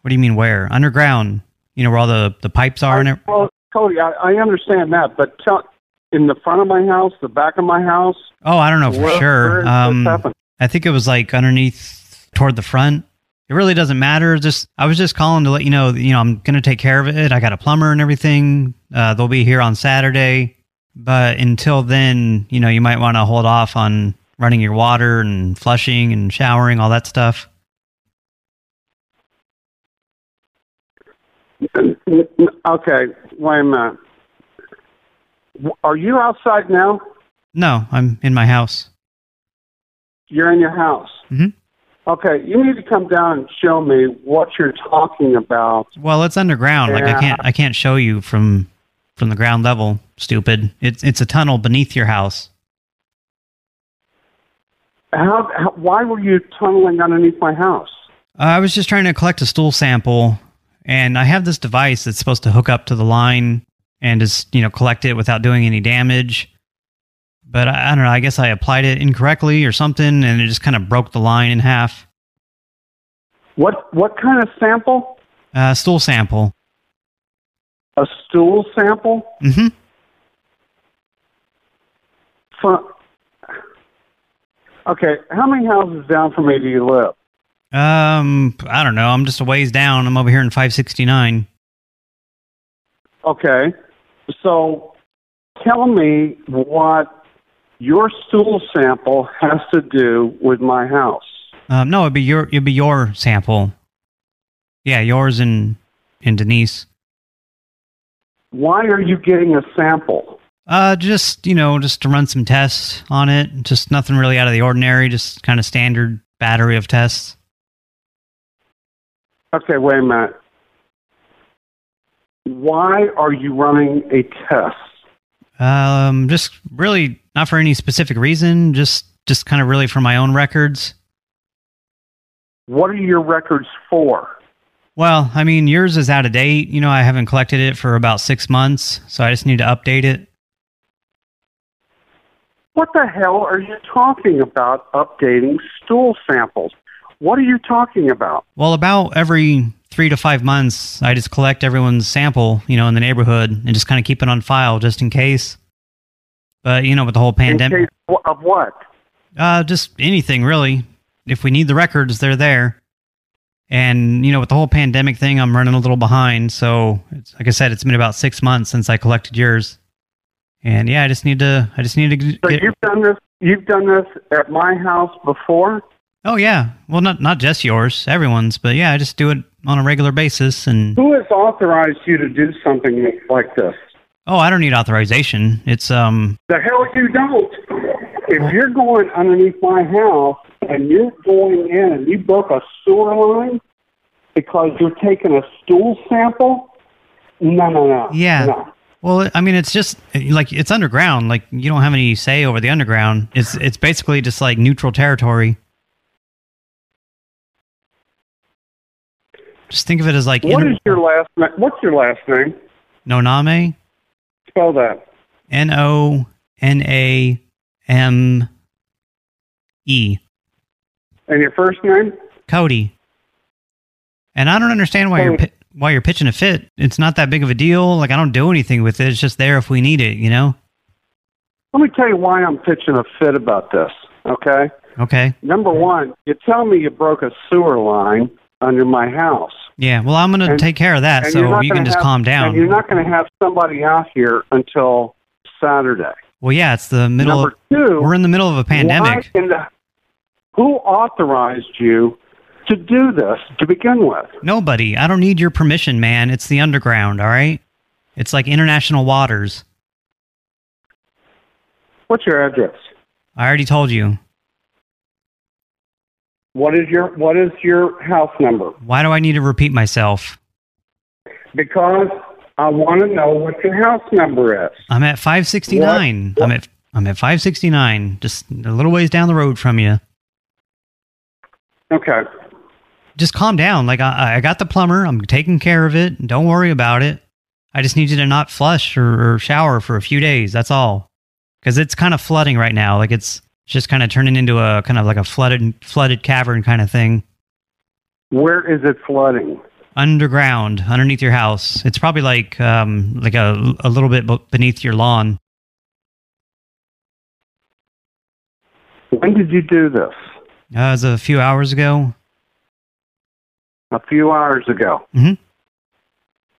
Speaker 15: What do you mean where? Underground. You know where all the, the pipes are and everything?
Speaker 10: Well, Cody, I, I understand that, but tell, in the front of my house, the back of my house,
Speaker 15: Oh, I don't know for
Speaker 10: Where- where
Speaker 15: sure.
Speaker 10: did
Speaker 15: Um,
Speaker 10: this happen?
Speaker 15: I think it was like underneath toward the front. It really doesn't matter. Just I was just calling to let you know. That, you know, I'm gonna take care of it. I got a plumber and everything. Uh, they'll be here on Saturday. But until then, you know, you might want to hold off on running your water and flushing and showering, all that stuff.
Speaker 10: okay, wait a minute. W- Are you outside now?
Speaker 15: No, I'm in my house.
Speaker 10: You're in your house.
Speaker 15: Mhm.
Speaker 10: Okay, you need to come down and show me what you're talking about.
Speaker 15: Well, it's underground. Like I
Speaker 10: Yeah.
Speaker 15: can't, I can't show you from from the ground level. Stupid. It's it's a tunnel beneath your house.
Speaker 10: How, how, why were you tunneling underneath my house?
Speaker 15: Uh, I was just trying to collect a stool sample, and I have this device that's supposed to hook up to the line and just you know collect it without doing any damage. But I, I don't know. I guess I applied it incorrectly or something, and it just kind of broke the line in half.
Speaker 10: What what kind of sample?
Speaker 15: Uh, stool sample.
Speaker 10: A stool sample
Speaker 15: Mm-hmm.
Speaker 10: from. Okay, how many houses down from me do you live?
Speaker 15: Um, I don't know. I'm just a ways down. I'm over here in 569.
Speaker 10: Okay. So tell me what your stool sample has to do with my house.
Speaker 15: Um, no, it'd be your it'd be your sample. Yeah, yours and and Denise.
Speaker 10: Why are you getting a sample?
Speaker 15: Uh, just you know, just to run some tests on it. Just nothing really out of the ordinary. Just kind of standard battery of tests.
Speaker 10: Okay, wait a minute. Why are you running a test?
Speaker 15: Um, just really not for any specific reason. Just just kind of really for my own records.
Speaker 10: What are your records for?
Speaker 15: Well, I mean, yours is out of date. You know, I haven't collected it for about six months, so I just need to update it.
Speaker 10: What the hell are you talking about updating stool samples? What are you talking about?
Speaker 15: Well, about every three to five months, I just collect everyone's sample, you know, in the neighborhood and just kind of keep it on file just in case. But, you know, with the whole
Speaker 10: In
Speaker 15: pandemic,
Speaker 10: case wh- of what?
Speaker 15: uh, just anything really. If we need the records, they're there. And, you know, with the whole pandemic thing, I'm running a little behind. So, it's, like I said, it's been about six months since I collected yours. And yeah, I just need to, I just need to g-
Speaker 10: So
Speaker 15: get,
Speaker 10: you've done this. You've done this at my house before.
Speaker 15: Oh yeah. Well, not not just yours, everyone's, but yeah, I just do it on a regular basis. And
Speaker 10: Who has authorized you to do something like this?
Speaker 15: oh, I don't need authorization. It's um.
Speaker 10: The hell you don't. If you're going underneath my house and you're going in and you broke a sewer line because you're taking a stool sample, no, no, no.
Speaker 15: Yeah.
Speaker 10: No.
Speaker 15: Well, I mean, it's just like it's underground. Like you don't have any say over the underground. It's it's basically just like neutral territory. Just think of it as like
Speaker 10: What
Speaker 15: inter-
Speaker 10: is your last name? What's your last name?
Speaker 15: Noname.
Speaker 10: Spell that.
Speaker 15: N O N A M E.
Speaker 10: And your first name?
Speaker 15: Cody. And I don't understand why you're
Speaker 10: Cody.
Speaker 15: pi- why you're pitching a fit. It's not that big of a deal. Like I don't do anything with it. It's just there if we need it, you know?
Speaker 10: Let me tell you why I'm pitching a fit about this. Okay.
Speaker 15: Okay.
Speaker 10: Number one, you tell me you broke a sewer line under my house.
Speaker 15: Yeah. Well, I'm going to
Speaker 10: And-
Speaker 15: take care of that
Speaker 10: and you're
Speaker 15: so
Speaker 10: not
Speaker 15: you
Speaker 10: gonna
Speaker 15: can just
Speaker 10: have-
Speaker 15: calm
Speaker 10: And you're
Speaker 15: down.
Speaker 10: not going to have somebody out here until Saturday.
Speaker 15: Well, yeah, it's the middle
Speaker 10: Number
Speaker 15: of
Speaker 10: two,
Speaker 15: We're in the middle of a pandemic.
Speaker 10: Why in the- who authorized you to do this to begin with?
Speaker 15: Nobody. I don't need your permission, man. It's the underground, all right? It's like international waters.
Speaker 10: What's your address?
Speaker 15: I already told you.
Speaker 10: What is your What is your house number?
Speaker 15: Why do I need to repeat myself?
Speaker 10: Because I want to know what your house number is.
Speaker 15: I'm at 569. I'm at I'm at 569, just a little ways down the road from you.
Speaker 10: Okay.
Speaker 15: Just calm down. Like I, I got the plumber. I'm taking care of it. Don't worry about it. I just need you to not flush or, or shower for a few days. That's all. Because it's kind of flooding right now. Like it's just kind of turning into a kind of like a flooded flooded cavern kind of thing
Speaker 10: Where is it flooding?
Speaker 15: underground underneath your house. It's probably like um like a a little bit b- beneath your lawn.
Speaker 10: When did you do this?
Speaker 15: Uh, it was a few hours ago.
Speaker 10: A few hours ago.
Speaker 15: Mhm.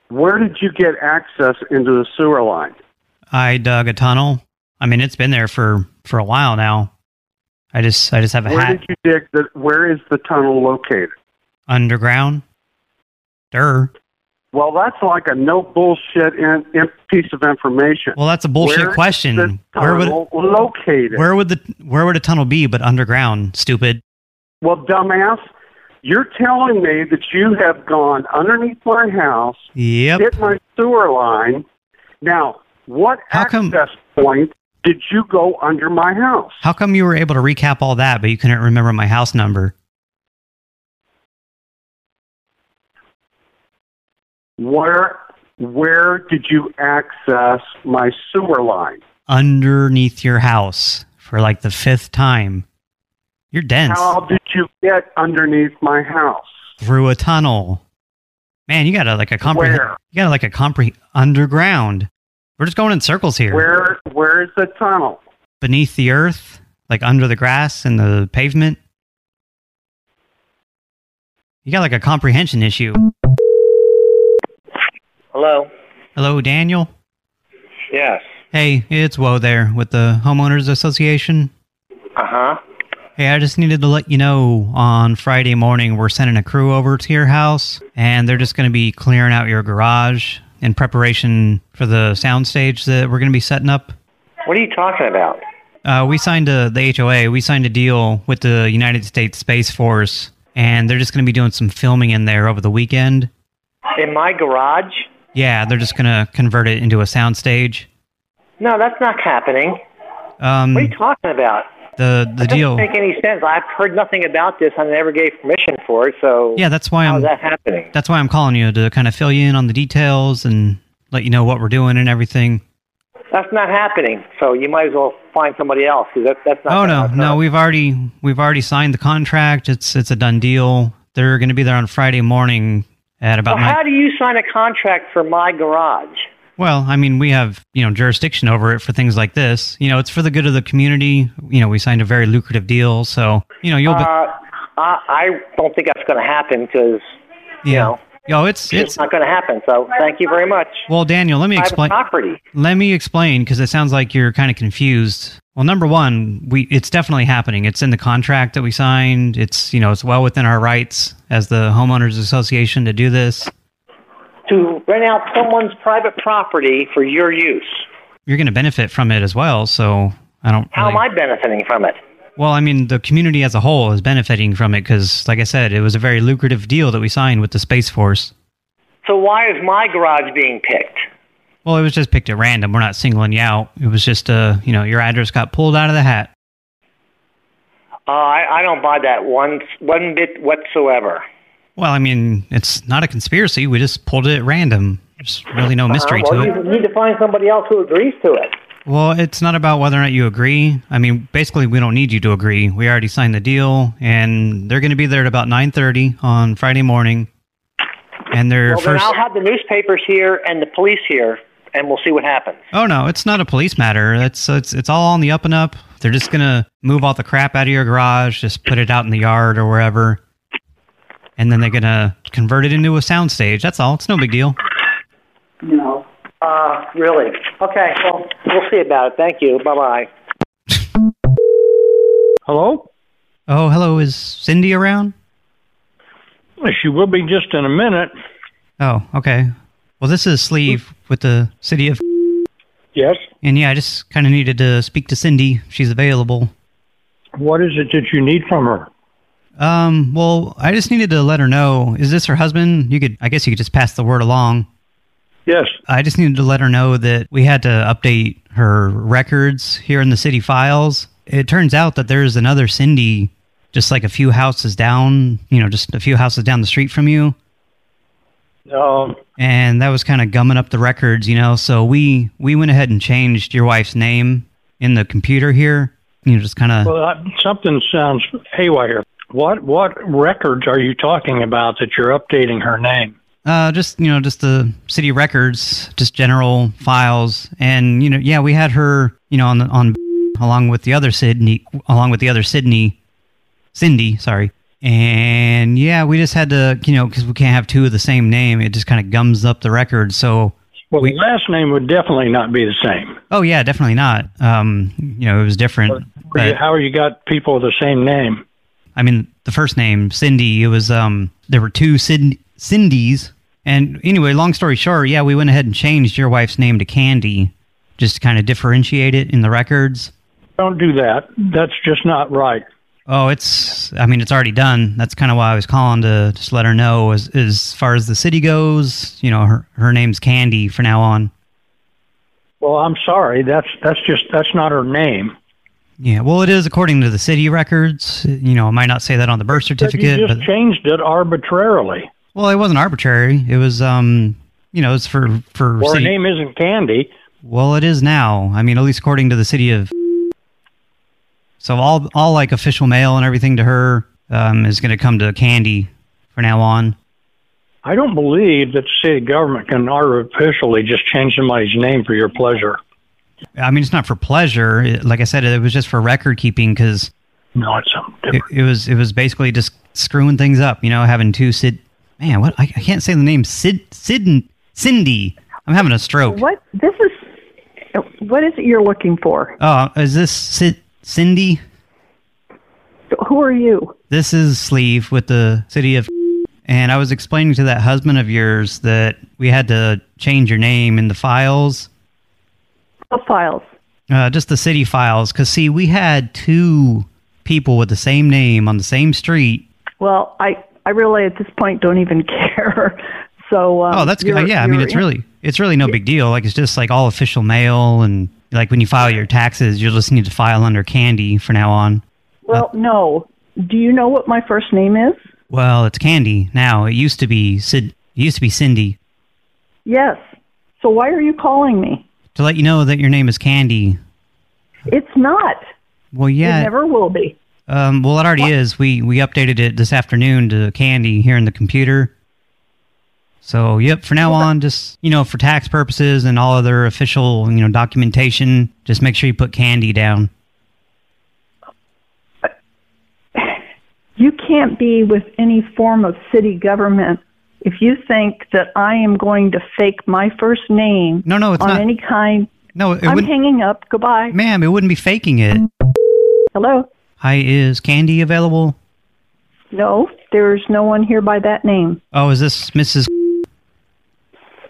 Speaker 10: Where did you get access into the sewer line?
Speaker 15: I dug a tunnel. I mean, it's been there for for a while now. I just I just have a
Speaker 10: Where
Speaker 15: hat
Speaker 10: did you dig? The, where is the tunnel located?
Speaker 15: underground. Durr.
Speaker 10: Well, that's like a no bullshit in, in piece of information.
Speaker 15: Well, that's a bullshit
Speaker 10: Where is
Speaker 15: question.
Speaker 10: the
Speaker 15: Where would-
Speaker 10: tunnel located?
Speaker 15: Where would the where would a tunnel be but underground? Stupid.
Speaker 10: Well, dumbass, you're telling me that you have gone underneath my house,
Speaker 15: Yep.
Speaker 10: hit my sewer line. Now, what access point did you go under my house?
Speaker 15: How come you were able to recap all that but you couldn't remember my house number?
Speaker 10: Where where did you access my sewer line?
Speaker 15: Underneath your house for like the fifth time. You're dense.
Speaker 10: How did you get underneath my house?
Speaker 15: Through a tunnel. Man, you got to like a compre-
Speaker 10: Where?
Speaker 15: You got to like a compre underground. We're just going in circles here.
Speaker 10: Where where is the tunnel?
Speaker 15: beneath the earth, like under the grass and the pavement. You got like a comprehension issue.
Speaker 11: Hello.
Speaker 15: Hello, Daniel.
Speaker 11: Yes.
Speaker 15: Hey, it's Woe there with the Homeowners Association.
Speaker 11: Uh huh.
Speaker 15: Hey, I just needed to let you know on Friday morning we're sending a crew over to your house and they're just going to be clearing out your garage in preparation for the soundstage that we're going to be setting up.
Speaker 11: What are you talking about?
Speaker 15: Uh, we signed a, the HOA, we signed a deal with the United States Space Force and they're just going to be doing some filming in there over the weekend.
Speaker 11: In my garage?
Speaker 15: Yeah, they're just going to convert it into a soundstage.
Speaker 11: No, that's not happening.
Speaker 15: Um,
Speaker 11: What are you talking about?
Speaker 15: the the
Speaker 11: It doesn't
Speaker 15: deal.
Speaker 11: make any sense. I've heard nothing about this. I never gave permission for it, so
Speaker 15: Yeah, that's why
Speaker 11: how's
Speaker 15: I'm
Speaker 11: that happening?
Speaker 15: That's why I'm calling you to kind of fill you in on the details and let you know what we're doing and everything.
Speaker 11: That's not happening. So you might as well find somebody else because that, that's not.
Speaker 15: oh no, no, we've already we've already signed the contract. It's it's a done deal. They're going to be there on Friday morning at about
Speaker 11: Well,
Speaker 15: nine.
Speaker 11: how do you sign a contract for my garage?
Speaker 15: Well, I mean, we have, you know, jurisdiction over it for things like this. You know, it's for the good of the community. You know, we signed a very lucrative deal, so, you know, you'll be,
Speaker 11: Uh, I, I don't think that's going to happen because
Speaker 15: yeah. Yo, it's
Speaker 11: it's,
Speaker 15: it's
Speaker 11: not going to happen. So thank you very much.
Speaker 15: Well, Daniel, let me
Speaker 11: Private
Speaker 15: explain.
Speaker 11: property.
Speaker 15: Let me explain because it sounds like you're kind of confused. Well, number one, we it's definitely happening. It's in the contract that we signed. It's you know it's well within our rights as the homeowners association to do this.
Speaker 11: To rent out someone's private property for your use.
Speaker 15: You're going to benefit from it as well. So I don't.
Speaker 11: How am I benefiting from it?
Speaker 15: Well, I mean, the community as a whole is benefiting from it because, like I said, it was a very lucrative deal that we signed with the Space Force.
Speaker 11: So why is my garage being picked?
Speaker 15: Well, it was just picked at random. We're not singling you out. It was just uh, you know, your address got pulled out of the hat.
Speaker 11: Uh, I, I don't buy that one one bit whatsoever.
Speaker 15: Well, I mean, it's not a conspiracy. We just pulled it at random. There's really no mystery
Speaker 11: Uh, well,
Speaker 15: to
Speaker 11: you
Speaker 15: it.
Speaker 11: need to find somebody else who agrees to it.
Speaker 15: Well, it's not about whether or not you agree. I mean, basically, we don't need you to agree. We already signed the deal, and they're going to be there at about 9.30 on Friday morning. And they're
Speaker 11: well, then
Speaker 15: first...
Speaker 11: I'll have the newspapers here and the police here, and we'll see what happens.
Speaker 15: Oh, no, it's not a police matter. That's it's, it's all on the up and up. They're just going to move all the crap out of your garage, just put it out in the yard or wherever. And then they're going to convert it into a soundstage. That's all. It's no big deal.
Speaker 11: No. Uh, really? Okay. Well, we'll see about it. Thank you. Bye bye.
Speaker 5: Hello?
Speaker 15: Oh, hello. Is Cindy around?
Speaker 5: She will be just in a minute.
Speaker 15: Oh, okay. Well, this is Sleeve with the city of...
Speaker 5: Yes?
Speaker 15: And yeah, I just kind of needed to speak to Cindy. She's available.
Speaker 5: What is it that you need from her?
Speaker 15: Um, well, I just needed to let her know. Is this her husband? You could, I guess you could just pass the word along.
Speaker 5: Yes.
Speaker 15: I just needed to let her know that we had to update her records here in the city files. It turns out that there's another Cindy just like a few houses down, you know, just a few houses down the street from you.
Speaker 5: Um,
Speaker 15: and that was kind of gumming up the records, you know. So we we went ahead and changed your wife's name in the computer here. You know, just kind of
Speaker 5: well, uh, something sounds haywire. What what records are you talking about that you're updating her name?
Speaker 15: uh, just you know, just the city records, just general files, and you know, yeah, we had her, you know, on the- on along with the other Sydney, along with the other Sydney, Cindy, sorry. And yeah, we just had to, you know, because we can't have two of the same name. It just kind of gums up the record. So
Speaker 5: Well, the last name would definitely not be the same.
Speaker 15: Oh yeah, definitely not. Um, you know, it was different. but-
Speaker 5: How are you got people with the same name?
Speaker 15: I mean, the first name Cindy. It was um, there were two Cin- Cindy's. And anyway, long story short, yeah, we went ahead and changed your wife's name to Candy, just to kind of differentiate it in the records.
Speaker 5: Don't do that. That's just not right.
Speaker 15: Oh, it's. I mean, it's already done. That's kind of why I was calling to just let her know. As as far as the city goes, you know, her her name's Candy for now on.
Speaker 5: Well, I'm sorry. That's that's just that's not her name.
Speaker 15: Yeah, well, it is according to the city records. You know, I might not say that on the birth certificate,
Speaker 5: you
Speaker 15: but
Speaker 5: just changed it arbitrarily.
Speaker 15: Well, it wasn't arbitrary. It was, um, you know, it's for for.
Speaker 5: Well, her name isn't Candy.
Speaker 15: Well, it is now. I mean, at least according to the city of. So all all like official mail and everything to her um, is going to come to Candy for now on.
Speaker 5: I don't believe that the city government can artificially just change somebody's name for your pleasure.
Speaker 15: I mean, it's not for pleasure. It- like I said, it was just for record keeping because.
Speaker 5: No, it's something
Speaker 15: it, it was it was basically just screwing things up. You know, having two Sid. Man, what I, I can't say the name Sid Sid Cindy. I'm having a stroke.
Speaker 24: What this is? What is it you're looking for?
Speaker 15: Oh, is this Sid Cindy?
Speaker 24: Who are you?
Speaker 15: This is Sleeve with the city of. And I was explaining to that husband of yours that we had to change your name in the files.
Speaker 24: What files?
Speaker 15: Uh, just the city files. Because, see, we had two people with the same name on the same street.
Speaker 24: Well, I I really at this point don't even [laughs] care. So um,
Speaker 15: oh, that's good.
Speaker 24: you're-
Speaker 15: yeah, I mean,
Speaker 24: you're
Speaker 15: it's
Speaker 24: in-
Speaker 15: really, it's really no big deal. Like, it's just like all official mail. And like when you file your taxes, you'll just need to file under Candy for now on.
Speaker 24: well.
Speaker 15: uh,
Speaker 24: No, do you know what my first name is?
Speaker 15: Well, it's Candy now. It used to be Sid. It used to be Cindy.
Speaker 24: Yes. So why are you calling me?
Speaker 15: To let you know that your name is Candy.
Speaker 24: It's not.
Speaker 15: Well,
Speaker 24: It
Speaker 15: yeah.
Speaker 24: never will be.
Speaker 15: Um, well, it already is. We we updated it this afternoon to Candy here in the computer. So, yep. For now on, just you know, for tax purposes and all other official you know documentation, just make sure you put Candy down.
Speaker 24: You can't be with any form of city government if you think that I am going to fake my first name.
Speaker 15: No, no, it's
Speaker 24: on
Speaker 15: not.
Speaker 24: any kind.
Speaker 15: No, it
Speaker 24: I'm
Speaker 15: wouldn't-
Speaker 24: hanging up. Goodbye.
Speaker 15: Ma'am, it wouldn't be faking it.
Speaker 24: Hello.
Speaker 15: Hi, is Candy available?
Speaker 24: No, there's no one here by that name.
Speaker 15: Oh, is this Mrs.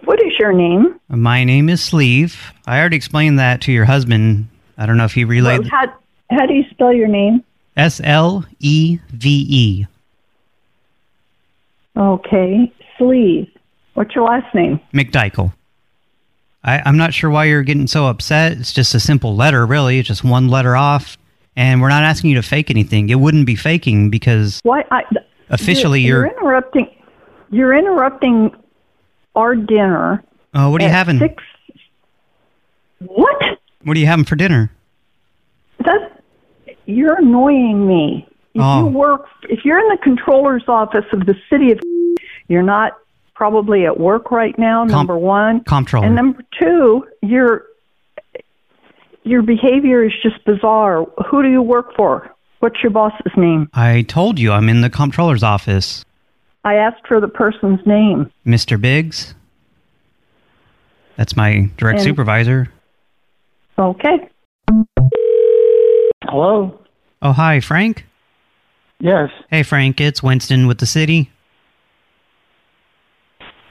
Speaker 24: What is your name?
Speaker 15: My name is Sleeve. I already explained that to your husband. I don't know if he relayed.
Speaker 24: How, how do you spell your name?
Speaker 15: S L E V E.
Speaker 24: Okay. Sleeve. What's your last name?
Speaker 15: McDykel. I, I'm not sure why you're getting so upset. It's just a simple letter, really. It's just one letter off. And we're not asking you to fake anything. It wouldn't be faking because
Speaker 24: Why? I,
Speaker 15: officially
Speaker 24: you're,
Speaker 15: you're.
Speaker 24: you're interrupting. You're interrupting our dinner.
Speaker 15: Oh, what are you
Speaker 24: at
Speaker 15: having?
Speaker 24: Six. What?
Speaker 15: What are you having for dinner?
Speaker 24: That you're annoying me. If
Speaker 15: Oh.
Speaker 24: you work, if you're in the controller's office of the city of, you're not probably at work right now. number one,
Speaker 15: comptroller.
Speaker 24: and number two, your your behavior is just bizarre. Who do you work for? What's your boss's name?
Speaker 15: I told you I'm in the comptroller's office.
Speaker 24: I asked for the person's name.
Speaker 15: Mr. Biggs. That's my direct
Speaker 24: And-
Speaker 15: supervisor.
Speaker 24: Okay.
Speaker 15: Hello. Oh, hi, Frank. Yes. Hey, Frank. It's Winston with the city.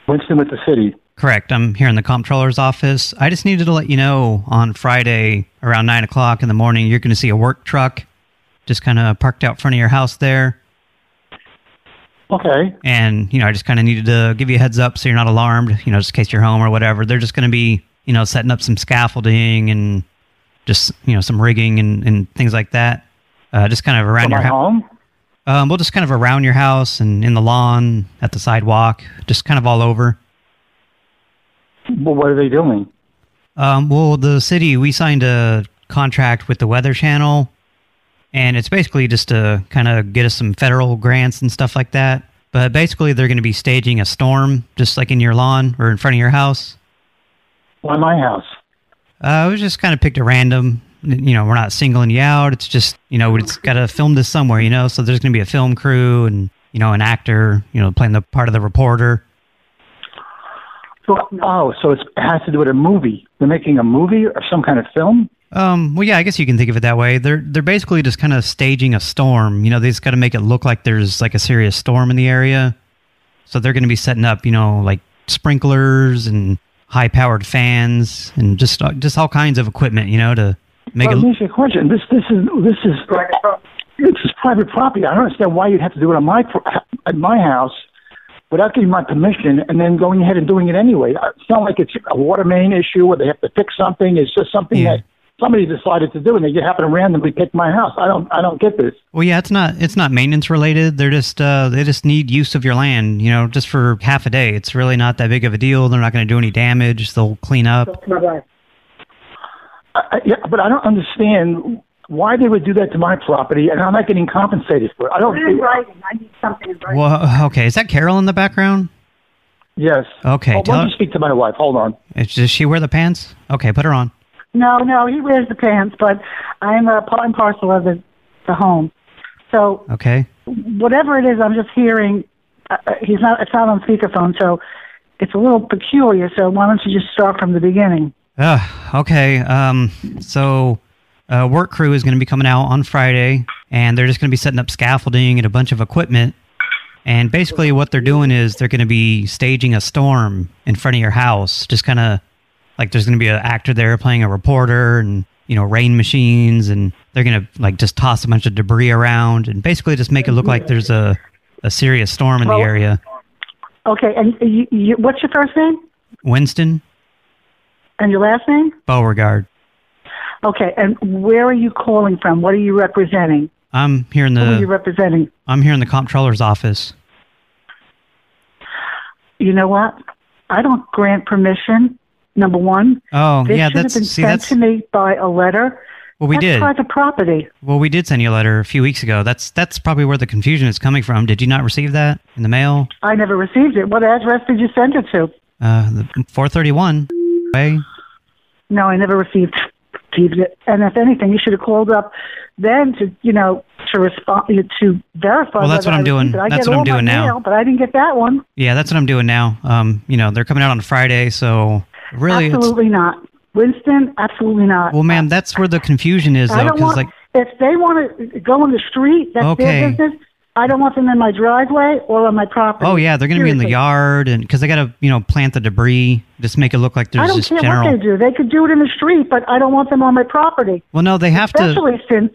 Speaker 25: Winston with the city.
Speaker 15: Correct. I'm here in the comptroller's office. I just needed to let you know on Friday around 9 o'clock in the morning, you're going to see a work truck just kind of parked out front of your house there.
Speaker 25: Okay.
Speaker 15: And, you know, I just kind of needed to give you a heads up so you're not alarmed, you know, just in case you're home or whatever. They're just going to be, you know, setting up some scaffolding and just, you know, some rigging and, and things like that. Uh, just kind of around
Speaker 25: For
Speaker 15: your
Speaker 25: my
Speaker 15: hou-
Speaker 25: home?
Speaker 15: Um, we'll just kind of around your house and in the lawn, at the sidewalk, just kind of all over.
Speaker 25: Well, what are they doing?
Speaker 15: Um, well, the city, we signed a contract with the Weather Channel, and it's basically just to kind of get us some federal grants and stuff like that. But basically, they're going to be staging a storm just like in your lawn or in front of your house.
Speaker 25: Why my house?
Speaker 15: Uh, it was just kind of picked at random. N- You know, we're not singling you out. It's just, you know, it's got to film this somewhere, you know? So there's going to be a film crew and, you know, an actor, you know, playing the part of the reporter.
Speaker 25: So, oh, so it's, it has to do with a movie. They're making a movie or some kind of film?
Speaker 15: Um, well, yeah, I guess you can think of it that way. They're they're basically just kind of staging a storm. You know, they just got to make it look like there's like a serious storm in the area. So they're going to be setting up, you know, like sprinklers and high-powered fans and just uh, just all kinds of equipment, you know, to make
Speaker 25: Well,
Speaker 15: it.
Speaker 25: let me ask you a question. This, this is this is this is private property. I don't understand why you'd have to do it on my pro- at my house without getting my permission and then going ahead and doing it anyway. Uh, It's not like it's a water main issue or they have to fix something. It's just something that somebody decided to do and they just happen to randomly pick my house. I don't I don't get this.
Speaker 15: Well, yeah, it's not it's not maintenance related. They're just uh, they just need use of your land, you know, just for half a day. It's really not that big of a deal. They're not going to do any damage. They'll clean up.
Speaker 25: I, I- Uh, yeah, but I don't understand why they would do that to my property and I'm not getting compensated for it. I don't.
Speaker 19: I need something in writing.
Speaker 15: Well, okay, is that Carol in the background?
Speaker 25: Yes.
Speaker 15: Okay,
Speaker 25: Oh,
Speaker 15: tell
Speaker 25: why don't
Speaker 15: her-
Speaker 25: you speak to my wife? Hold on.
Speaker 15: It's- Does she wear the pants? Okay, put her on.
Speaker 26: No, no, he wears the pants, but I'm a part and parcel of the, the home. So
Speaker 15: Okay.
Speaker 7: whatever it is, I'm just hearing. Uh, uh, he's not. It's not on speakerphone, so it's a little peculiar. So why don't you just start from the beginning?
Speaker 15: Uh, okay. Um, so, uh, work crew is going to be coming out on Friday, and they're just going to be setting up scaffolding and a bunch of equipment. And basically, what they're doing is they're going to be staging a storm in front of your house. Just kind of like there's going to be an actor there playing a reporter, and you know, rain machines, and they're going to like just toss a bunch of debris around, and basically just make it look like there's a a serious storm in the area.
Speaker 7: Okay, and you, you, what's your first name
Speaker 15: Winston
Speaker 7: and your last name?
Speaker 15: Beauregard.
Speaker 7: Okay, and where are you calling from? What are you representing?
Speaker 15: I'm here in
Speaker 7: Who are you
Speaker 15: the
Speaker 7: representing?
Speaker 15: I'm here in the comptroller's office.
Speaker 7: You know what? I don't grant permission. Number one.
Speaker 15: Oh,
Speaker 7: this
Speaker 15: yeah,
Speaker 7: should
Speaker 15: that's-
Speaker 7: have been
Speaker 15: see,
Speaker 7: sent
Speaker 15: that's-
Speaker 7: to me by a letter.
Speaker 15: Well, we
Speaker 7: that's
Speaker 15: did.
Speaker 7: private property.
Speaker 15: Well, we did send you a letter a few weeks ago. That's that's probably where the confusion is coming from. Did you not receive that in the mail?
Speaker 7: I never received it. What address did you send it to?
Speaker 15: Uh, the 431 way.
Speaker 7: No, I never received received it. And if anything, you should have called up then to you know to respond to verify.
Speaker 15: Well, that's
Speaker 7: whether
Speaker 15: what I'm
Speaker 7: I received
Speaker 15: doing.
Speaker 7: it. I
Speaker 15: That's
Speaker 7: get
Speaker 15: what I'm
Speaker 7: all my
Speaker 15: doing now.
Speaker 7: mail, but I didn't get that one.
Speaker 15: Yeah, that's what I'm doing now. Um, you know, they're coming out on Friday, so really, it's,
Speaker 7: absolutely not, Winston. Absolutely not.
Speaker 15: well, ma'am, that's where the confusion is,
Speaker 7: I
Speaker 15: though,
Speaker 7: don't
Speaker 15: because
Speaker 7: want
Speaker 15: like,
Speaker 7: if they want to go on the street. That's
Speaker 15: Okay.
Speaker 7: their business. I don't want them in my driveway or on my property.
Speaker 15: oh yeah, they're going to be in the yard, and because they got to, you know, plant the debris, just make it look like
Speaker 7: I
Speaker 15: there's
Speaker 7: don't
Speaker 15: just
Speaker 7: care
Speaker 15: general.
Speaker 7: what they do. They could do it in the street, but I don't want them on my property.
Speaker 15: Well, no, they have to.
Speaker 7: Especially since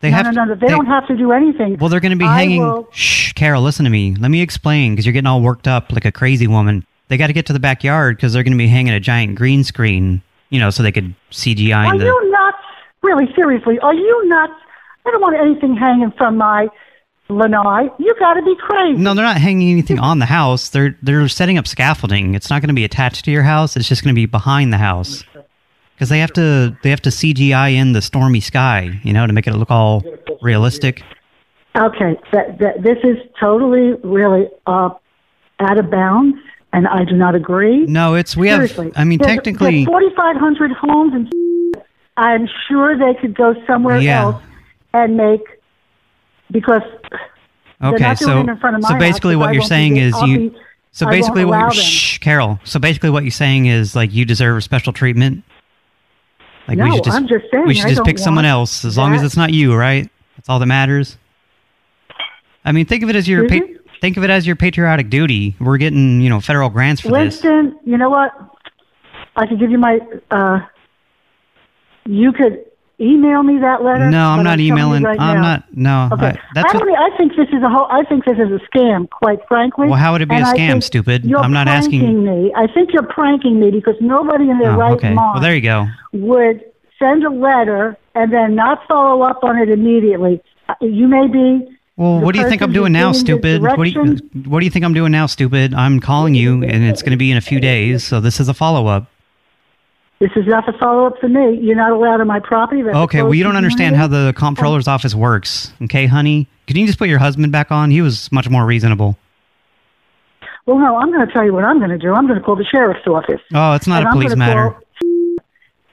Speaker 15: They
Speaker 7: no,
Speaker 15: have.
Speaker 7: no, no, they, don't have to do anything.
Speaker 15: Well, they're going to be
Speaker 7: I
Speaker 15: hanging.
Speaker 7: will-
Speaker 15: Shh, Carol, listen to me. Let me explain because you're getting all worked up like a crazy woman. They got to get to the backyard because they're going to be hanging a giant green screen, you know, so they could CGI.
Speaker 7: Are
Speaker 15: in the,
Speaker 7: you nuts? Really, seriously, are you nuts? I don't want anything hanging from my lanai. You got to be crazy.
Speaker 15: no, they're not hanging anything on the house. They're they're setting up scaffolding. It's not going to be attached to your house. It's just going to be behind the house because they have to they have to CGI in the stormy sky, you know, to make it look all realistic.
Speaker 7: Okay, that, that, this is totally, really uh, out of bounds, and I do not agree.
Speaker 15: No, it's we have.
Speaker 7: Seriously.
Speaker 15: I mean,
Speaker 7: There's-
Speaker 15: technically,
Speaker 7: there's 4,500 homes, and I'm sure they could go somewhere
Speaker 15: Yeah.
Speaker 7: else and make because they're
Speaker 15: Okay,
Speaker 7: not doing
Speaker 15: so
Speaker 7: it in front of my
Speaker 15: so
Speaker 7: house,
Speaker 15: basically
Speaker 7: because I
Speaker 15: what you're
Speaker 7: won't be
Speaker 15: saying
Speaker 7: there.
Speaker 15: is
Speaker 7: I'll
Speaker 15: you
Speaker 7: be-
Speaker 15: so
Speaker 7: I won't
Speaker 15: basically what
Speaker 7: allow
Speaker 15: you're,
Speaker 7: them.
Speaker 15: shh, Carol. So basically what you're saying is like you deserve special treatment. Like we
Speaker 7: No,
Speaker 15: should just,
Speaker 7: I'm just saying,
Speaker 15: we should
Speaker 7: I
Speaker 15: just
Speaker 7: don't
Speaker 15: pick someone
Speaker 7: want
Speaker 15: else as long as
Speaker 7: that.
Speaker 15: it's not you, right? That's all that matters. I mean, think of it as your pa- think of it as your patriotic duty. We're getting you know federal grants for this.
Speaker 7: Winston, you know what? I could give you my. Uh, you could email me that letter.
Speaker 15: No, I'm
Speaker 7: but
Speaker 15: not
Speaker 7: telling you
Speaker 15: emailing.
Speaker 7: right
Speaker 15: I'm
Speaker 7: now.
Speaker 15: not. No,
Speaker 7: Okay.
Speaker 15: I, that's
Speaker 7: I,
Speaker 15: what,
Speaker 7: don't, I think this is a whole. I think this is a scam. Quite frankly.
Speaker 15: Well, how would it be
Speaker 7: And
Speaker 15: a
Speaker 7: I
Speaker 15: scam,
Speaker 7: think
Speaker 15: stupid?
Speaker 7: You're
Speaker 15: I'm not asking-
Speaker 7: pranking Me. I think you're pranking me because nobody in their
Speaker 15: oh,
Speaker 7: right
Speaker 15: okay.
Speaker 7: mind
Speaker 15: Well, there you go.
Speaker 7: would send a letter and then not follow up on it immediately. Uh, You may be.
Speaker 15: Well,
Speaker 7: the
Speaker 15: what do you think I'm
Speaker 7: person
Speaker 15: doing
Speaker 7: who's
Speaker 15: now,
Speaker 7: giving the
Speaker 15: stupid? What do you
Speaker 7: directions.
Speaker 15: What do you think I'm doing now, stupid? I'm calling you, and it's going to be in a few days. So this is a follow up.
Speaker 7: This is not the follow up for me. You're not allowed on my property. That's a
Speaker 15: Okay. Well,
Speaker 7: closed
Speaker 15: you don't understand
Speaker 7: community.
Speaker 15: how the comptroller's
Speaker 7: Oh.
Speaker 15: office works. Okay, honey. Can you just put your husband back on? He was much more reasonable.
Speaker 7: Well, no, I'm going to tell you what I'm going to do. I'm going to call the sheriff's office.
Speaker 15: Oh, it's not
Speaker 7: And
Speaker 15: a
Speaker 7: I'm
Speaker 15: police
Speaker 7: gonna
Speaker 15: matter.
Speaker 7: call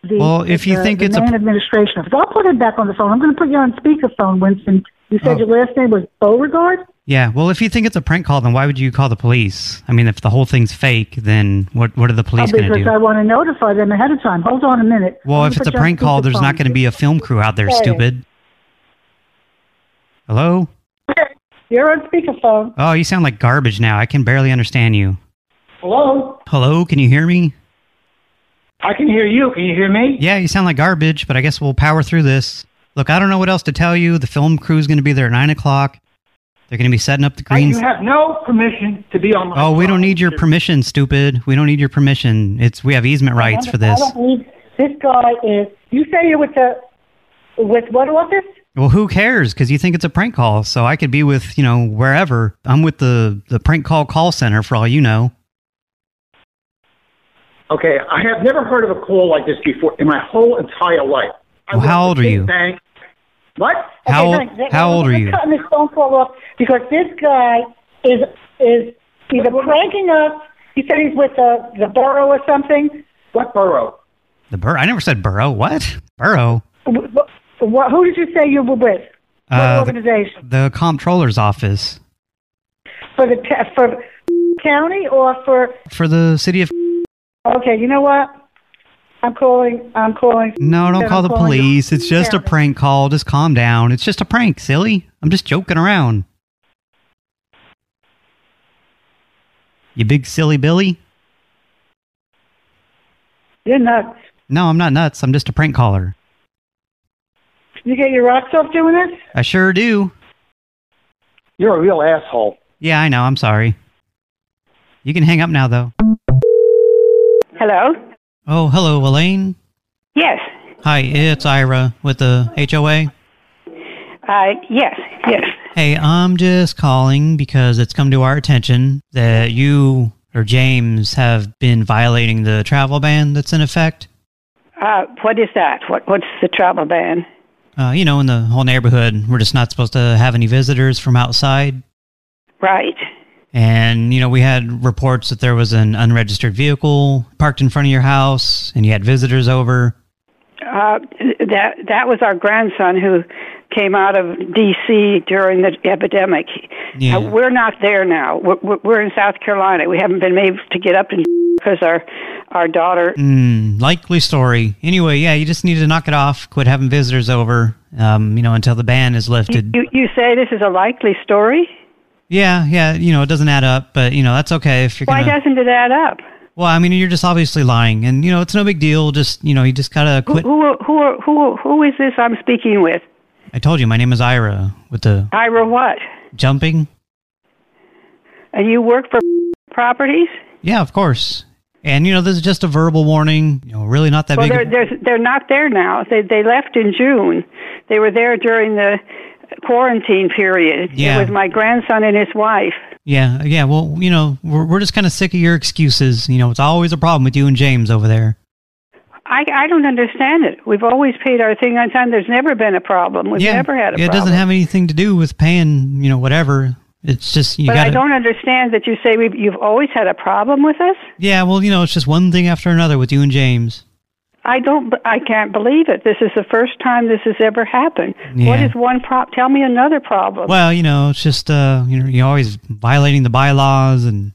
Speaker 7: The,
Speaker 15: Well, if you
Speaker 7: the-
Speaker 15: think
Speaker 7: the
Speaker 15: it's a-
Speaker 7: main administration office, I'll put him back on the phone. I'm going to put you on speakerphone, Winston. You
Speaker 15: Oh.
Speaker 7: said your last name was Beauregard.
Speaker 15: Yeah. Well, if you think it's a prank call, then why would you call the police? I mean, if the whole thing's fake, then what What are the police
Speaker 7: oh,
Speaker 15: going to
Speaker 7: because
Speaker 15: do?
Speaker 7: I want to notify them ahead of time. Hold on a minute.
Speaker 15: Well,
Speaker 7: I'm
Speaker 15: if
Speaker 7: gonna
Speaker 15: it's a
Speaker 7: put you on
Speaker 15: prank call, there's not
Speaker 7: speakerphone.
Speaker 15: going to be a film crew out there,
Speaker 7: Hey.
Speaker 15: stupid. Hello?
Speaker 7: You're on speakerphone.
Speaker 15: Oh, you sound like garbage now. I can barely understand you.
Speaker 9: Hello?
Speaker 15: Hello, can you hear me?
Speaker 9: I can hear you. Can you hear me?
Speaker 15: Yeah, you sound like garbage, but I guess we'll power through this. Look, I don't know what else to tell you. The film crew's going to be there at 9 o'clock. They're going to be setting up the
Speaker 9: I,
Speaker 15: greens.
Speaker 9: you have no permission to be on my
Speaker 15: Oh, we don't need your permission, stupid. We don't need your permission. It's We have easement rights for this.
Speaker 7: I don't need this guy is. You say you're with the with what office?
Speaker 15: Well, who cares? Because you think it's a prank call. So I could be with, you know, wherever. I'm with the, the prank call call center for all you know.
Speaker 9: Okay, I have never heard of a call like this before in my whole entire life.
Speaker 15: Well, how old are you?
Speaker 9: Bank. What?
Speaker 15: How
Speaker 7: Okay, thanks.
Speaker 15: how old are
Speaker 7: Let's
Speaker 15: you?
Speaker 7: cut this phone call off because this guy is is either pranking us. He said he's with the the borough or something.
Speaker 9: What borough?
Speaker 15: The bur I never said burrow. What? Burrow?
Speaker 7: Wh- wh- who did you say you were with?
Speaker 15: Uh, the-
Speaker 27: organization?
Speaker 15: The comptroller's office
Speaker 27: For the ta- for county or for
Speaker 15: for the city of. [laughs]
Speaker 27: okay, you know what? I'm calling. I'm calling.
Speaker 15: No, don't
Speaker 27: I'm
Speaker 15: call the
Speaker 27: calling
Speaker 15: police. It's just a prank call. Just calm down. It's just a prank, silly. I'm just joking around. You big silly Billy?
Speaker 27: You're nuts.
Speaker 15: No, I'm not nuts. I'm just a prank caller.
Speaker 27: You get your rocks off doing this?
Speaker 15: I sure do.
Speaker 9: You're a real asshole.
Speaker 15: Yeah, I know. I'm sorry. You can hang up now, though.
Speaker 3: Hello?
Speaker 15: Oh, hello, Elaine.
Speaker 3: Yes.
Speaker 15: Hi, it's Ira with the HOA.
Speaker 3: Uh, yes. Yes.
Speaker 15: Hey, I'm just calling because it's come to our attention that you or James have been violating the travel ban that's in effect.
Speaker 3: Uh, what is that? What What's the travel ban?
Speaker 15: Uh, you know, in the whole neighborhood, we're just not supposed to have any visitors from outside.
Speaker 3: Right.
Speaker 15: And, you know, we had reports that there was an unregistered vehicle parked in front of your house and you had visitors over.
Speaker 3: Uh, that that was our grandson who came out of D.C. during the epidemic.
Speaker 15: Yeah.
Speaker 3: Uh, we're not there now. We're, we're- we're in South Carolina. We haven't been able to get up [laughs] and because our our daughter.
Speaker 15: Mm, likely story. Anyway, yeah, you just need to knock it off, quit having visitors over, um, you know, until the ban is lifted.
Speaker 3: You you say this is a likely story.
Speaker 15: Yeah, yeah, you know, it doesn't add up, but you know, that's okay if you're
Speaker 3: Why
Speaker 15: gonna
Speaker 3: doesn't it add up?
Speaker 15: Well, I mean, you're just obviously lying and you know, it's no big deal, just, you know, you just got to
Speaker 3: Who,
Speaker 15: quit.
Speaker 3: who who who who is this I'm speaking with?
Speaker 15: I told you my name is Ira with the
Speaker 3: Ira what?
Speaker 15: jumping.
Speaker 3: And you work for properties?
Speaker 15: Yeah, of course. And you know, this is just a verbal warning, you know, really not that
Speaker 3: well,
Speaker 15: big.
Speaker 3: they're,
Speaker 15: of-
Speaker 3: they're, they're not there now. They, they left in June. They were there during the quarantine period.
Speaker 15: Yeah.
Speaker 3: It was my grandson and his wife.
Speaker 15: yeah, yeah, well, you know, we're we're just kind of sick of your excuses, you know, it's always a problem with you and James over there.
Speaker 3: I, I don't understand it. We've always paid our thing on time. There's never been a problem. We've
Speaker 15: yeah,
Speaker 3: never had a
Speaker 15: yeah, it
Speaker 3: problem.
Speaker 15: doesn't have anything to do with paying, you know, whatever. It's just you
Speaker 3: but
Speaker 15: got
Speaker 3: I don't understand that you say we've, you've always had a problem with us.
Speaker 15: Yeah, well, you know, it's just one thing after another with you and James.
Speaker 3: I don't. b- I can't believe it. This is the first time this has ever happened. What
Speaker 15: Yeah.
Speaker 3: is one prop? Tell me another problem.
Speaker 15: Well, you know, it's just uh, you know, you're always violating the bylaws, and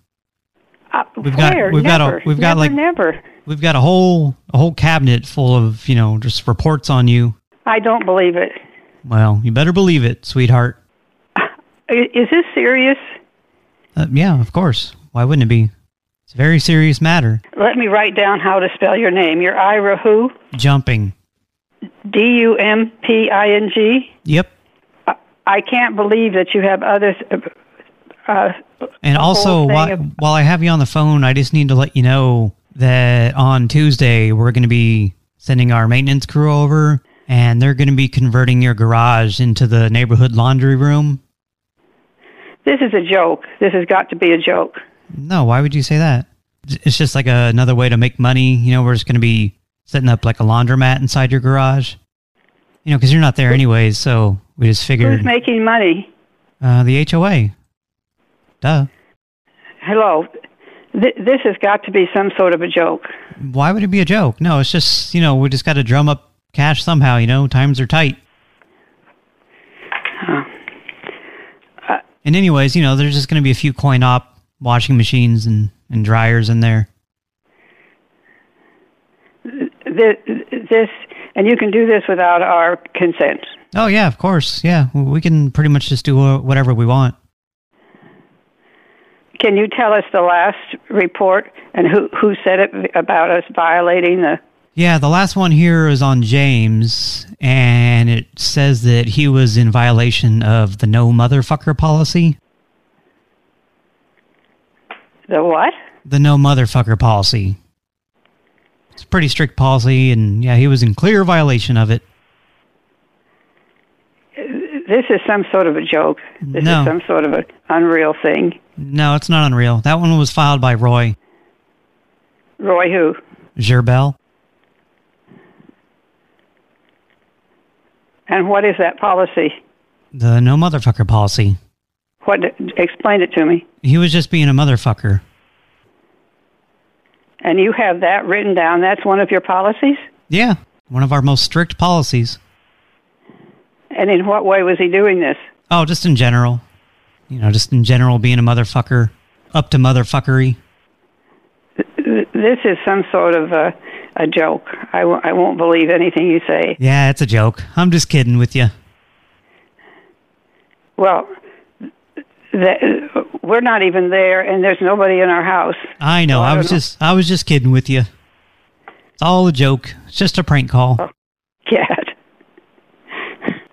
Speaker 3: uh, Where?
Speaker 15: we've got we've
Speaker 3: never,
Speaker 15: got a we've got
Speaker 3: never,
Speaker 15: like
Speaker 3: never.
Speaker 15: we've got a whole a whole cabinet full of you know just reports on you.
Speaker 3: I don't believe it.
Speaker 15: Well, you better believe it, sweetheart.
Speaker 3: I- Is this serious?
Speaker 15: Uh, yeah, of course. Why wouldn't it be? It's a very serious matter.
Speaker 3: Let me write down how to spell your name. You're Ira who?
Speaker 15: Jumping.
Speaker 3: D U M P I N G.
Speaker 15: Yep.
Speaker 3: I can't believe that you have others. Uh,
Speaker 15: And
Speaker 3: the
Speaker 15: also,
Speaker 3: whole thing
Speaker 15: while,
Speaker 3: of-
Speaker 15: while I have you on the phone, I just need to let you know that on Tuesday, we're going to be sending our maintenance crew over, and they're going to be converting your garage into the neighborhood laundry room.
Speaker 3: this is a joke. This has got to be a joke.
Speaker 15: No, why would you say that? It's just like a, another way to make money. You know, we're just going to be setting up like a laundromat inside your garage. You know, because you're not there anyways, so we just
Speaker 3: Who's
Speaker 15: figured
Speaker 3: making money?
Speaker 15: uh, the HOA. Duh.
Speaker 3: Hello. Th- this has got to be some sort of a joke.
Speaker 15: Why would it be a joke? No, it's just, you know, we just got to drum up cash somehow, you know, times are tight. And anyways, you know, there's just going to be a few coin op washing machines and, and dryers in there.
Speaker 3: This, this, and you can do this without our consent.
Speaker 15: Oh, yeah, of course. Yeah, we can pretty much just do uh, whatever we want.
Speaker 3: Can you tell us the last report and who who said it about us violating the?
Speaker 15: Yeah, the last one here is on James, and it says that he was in violation of the no motherfucker policy.
Speaker 3: The what?
Speaker 15: The no motherfucker policy. It's a pretty strict policy, and yeah, he was in clear violation of it.
Speaker 3: This is some sort of a joke. This
Speaker 15: No.
Speaker 3: is some sort of an unreal thing.
Speaker 15: No, it's not unreal. That one was filed by Roy
Speaker 3: Roy, who?
Speaker 15: Gerbel.
Speaker 3: And what is that policy?
Speaker 15: The no motherfucker policy.
Speaker 3: What? Explain it to me.
Speaker 15: He was just being a motherfucker.
Speaker 3: And you have that written down. That's one of your policies.
Speaker 15: Yeah, one of our most strict policies.
Speaker 3: And in what way was he doing this?
Speaker 15: Oh, just in general. You know, just in general being a motherfucker, up to motherfuckery.
Speaker 3: Th- This is some sort of a, a joke. I w- I won't believe anything you say.
Speaker 15: Yeah, it's a joke. I'm just kidding with you.
Speaker 3: Well, the, we're not even there, and there's nobody in our house. [laughs]
Speaker 15: I know. I, was just I was just kidding with you. It's all a joke. It's just a prank call.
Speaker 3: Cat.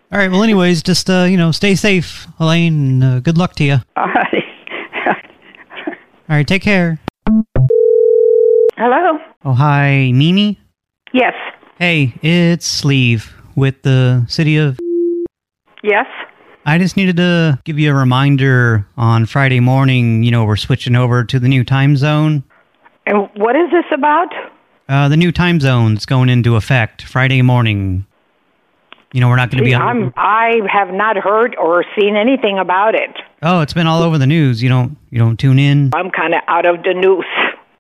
Speaker 15: All right. Well, anyways, just uh, you know, stay safe, Elaine. And, uh, good luck to you.
Speaker 3: All right.
Speaker 15: All right. Take care.
Speaker 3: Hello?
Speaker 15: Oh, hi, Mimi.
Speaker 3: Yes.
Speaker 15: Hey, it's Sleeve with the city of.
Speaker 3: Yes.
Speaker 15: I just needed to give you a reminder on Friday morning. You know, we're switching over to the new time zone.
Speaker 3: And what is this about?
Speaker 15: Uh, the new time zone's going into effect Friday morning. You know, we're not going to be
Speaker 28: See, I'm,
Speaker 15: on.
Speaker 28: I have not heard or seen anything about it.
Speaker 15: Oh, it's been all over the news. You don't you don't tune in.
Speaker 28: I'm kind of out of the news.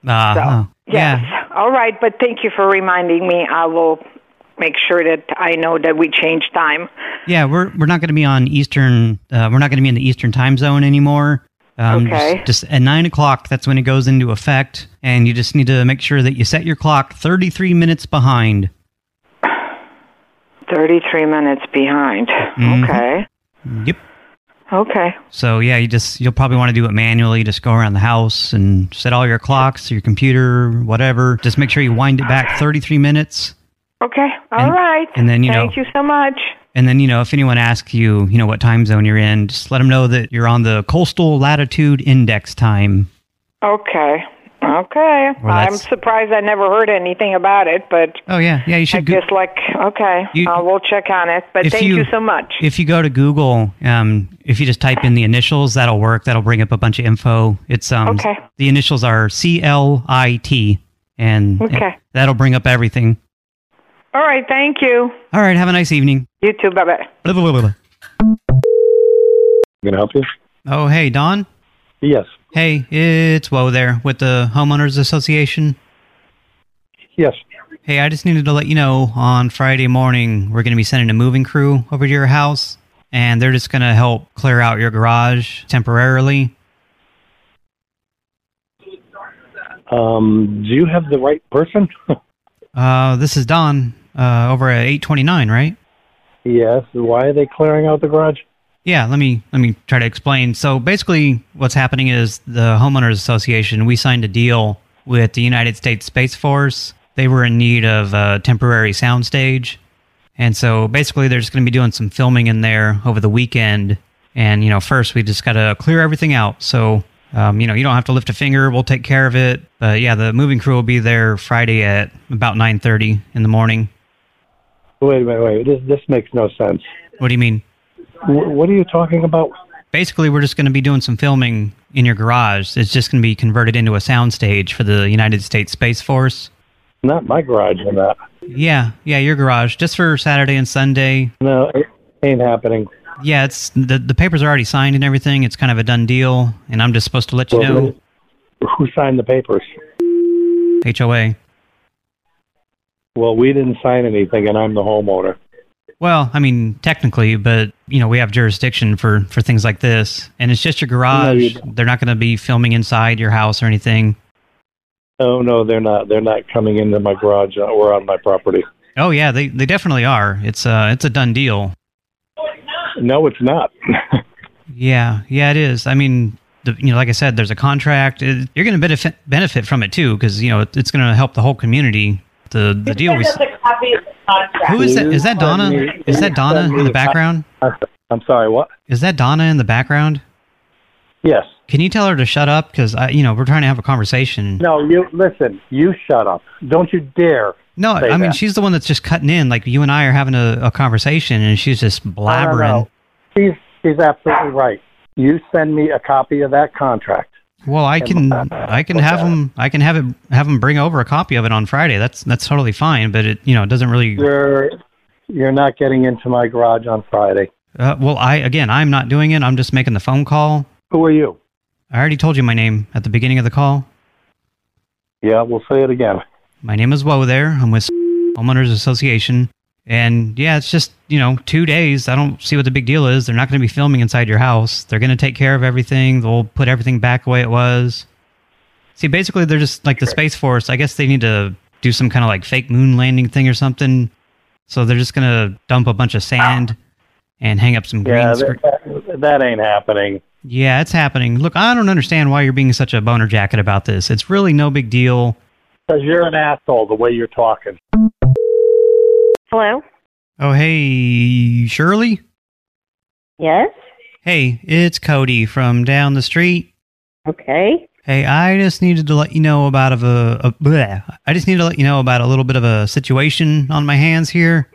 Speaker 15: Uh,
Speaker 28: Yes.
Speaker 15: Yeah.
Speaker 28: All right, but thank you for reminding me. I will make sure that I know that we change time.
Speaker 15: Yeah, we're we're not going to be on Eastern. Uh, we're not going to be in the Eastern time zone anymore. Um, just-
Speaker 28: Okay.
Speaker 15: Just, at nine o'clock. That's when it goes into effect, and you just need to make sure that you set your clock thirty-three minutes behind.
Speaker 28: 33 minutes behind.
Speaker 15: Mhm.
Speaker 28: Okay.
Speaker 15: Yep.
Speaker 28: Okay.
Speaker 15: So yeah, you just you'll probably want to do it manually. Just go around the house and set all your clocks, your computer, whatever. Just make sure you wind it back thirty-three minutes.
Speaker 28: Okay. All right.
Speaker 15: and then, you know-
Speaker 28: thank you so much.
Speaker 15: And then, you know, if anyone asks you, you know, what time zone you're in, just let them know that you're on the coastal latitude index time.
Speaker 28: Okay. Okay.
Speaker 15: Well,
Speaker 28: I'm
Speaker 15: that's-
Speaker 28: surprised I never heard anything about it, but
Speaker 15: Oh, yeah. Yeah, you
Speaker 28: I
Speaker 15: should go-
Speaker 28: guess like okay,
Speaker 15: You-
Speaker 28: uh, we'll check on it. But
Speaker 15: if
Speaker 28: thank
Speaker 15: you-
Speaker 28: you so much.
Speaker 15: If you go to Google, um, if you just type in the initials, that'll work. That'll bring up a bunch of info. It's um,
Speaker 28: Okay.
Speaker 15: The initials are C L I T, and and
Speaker 28: Okay.
Speaker 15: that'll bring up everything.
Speaker 28: All right. Thank you.
Speaker 15: All right. Have a nice evening.
Speaker 28: You too. Bye bye.
Speaker 15: Blah, blah, blah, blah.
Speaker 5: Can I help you?
Speaker 15: Oh, hey, Don.
Speaker 5: Yes.
Speaker 15: Hey, it's Woe there with the Homeowners Association.
Speaker 5: Yes.
Speaker 15: Hey, I just needed to let you know on Friday morning we're going to be sending a moving crew over to your house, and they're just going to help clear out your garage temporarily.
Speaker 5: Um, do you have the right person? [laughs]
Speaker 15: Uh, this is Don uh, over at 829, right?
Speaker 5: yes. Why are they clearing out the garage?
Speaker 15: Yeah, let me let me try to explain. So basically, what's happening is the homeowners association we signed a deal with the United States Space Force. They were in need of a temporary soundstage, and so basically they're just going to be doing some filming in there over the weekend. And you know, first we just got to clear everything out. So um, you know, you don't have to lift a finger. We'll take care of it. But yeah, the moving crew will be there Friday at about nine thirty in the morning.
Speaker 5: Wait, wait, wait. This this makes no sense.
Speaker 15: What do you mean?
Speaker 5: Wh- what are you talking about?
Speaker 15: basically we're just going to be doing some filming in your garage. It's just going to be converted into a soundstage for the United States Space Force.
Speaker 5: Not my garage uh, and that.
Speaker 15: Yeah, yeah, your garage just for Saturday and Sunday.
Speaker 5: No, it ain't happening.
Speaker 15: Yeah, it's the the papers are already signed and everything. It's kind of a done deal, and I'm just supposed to let you
Speaker 5: Well,
Speaker 15: know.
Speaker 5: Who signed the papers?
Speaker 15: HOA.
Speaker 5: Well, we didn't sign anything, and I'm the homeowner.
Speaker 15: Well, I mean technically, but you know we have jurisdiction for for things like this, and it's just your garage. They're not going to be filming inside your house or anything.
Speaker 5: Oh no, they're not. They're not coming into my garage or on my property.
Speaker 15: Oh yeah, they they definitely are. It's uh it's a done deal.
Speaker 5: No, it's not.
Speaker 15: Yeah, yeah, it is. I mean, the, you know, like I said, there's a contract. It, you're going to benefit benefit from it too, because you know it, it's going to help the whole community. The the deal we. s- Who is that? Is that Donna? Is that Donna in the background?
Speaker 5: I'm sorry. What?
Speaker 15: Is that Donna in the background?
Speaker 5: Yes.
Speaker 15: Can you tell her to shut up? Because I, you know, we're trying to have a conversation.
Speaker 5: No, you listen. You shut up. Don't you dare.
Speaker 15: No,
Speaker 5: say
Speaker 15: I mean
Speaker 5: that.
Speaker 15: she's the one that's just cutting in. Like you and I are having a, a conversation, and she's just
Speaker 5: No,
Speaker 15: blabbering.
Speaker 5: no, no. She's she's absolutely right. You send me a copy of that contract.
Speaker 15: Well, I can I can have them I can have it have them bring over a copy of it on Friday. That's that's totally fine, but it you know it doesn't really
Speaker 5: You're you're not getting into my garage on Friday.
Speaker 15: Uh, well, I again, I'm not doing it. I'm just making the phone call.
Speaker 5: Who are you?
Speaker 15: I already told you my name at the beginning of the call.
Speaker 5: Yeah, we'll say it again.
Speaker 15: My name is Woe. There, I'm with Homeowners Association, And yeah, it's just, you know, two days. I don't see what the big deal is. They're not going to be filming inside your house. They're going to take care of everything. They'll put everything back the way it was. See, basically, they're just like the Space Force. I guess they need to do some kind of like fake moon landing thing or something. So they're just going to dump a bunch of sand and hang up some green
Speaker 5: Yeah,
Speaker 15: screen.
Speaker 5: that, that, that ain't happening.
Speaker 15: Yeah, it's happening. Look, I don't understand why you're being such a boner jacket about this. It's really no big deal.
Speaker 5: Because you're an asshole the way you're talking.
Speaker 12: Hello?
Speaker 15: Oh, hey, Shirley?
Speaker 12: Yes?
Speaker 15: Hey, it's Cody from down the street.
Speaker 12: Okay.
Speaker 15: Hey, I just needed to let you know about of a, a bleh. I just need to let you know about a little bit of a situation on my hands here.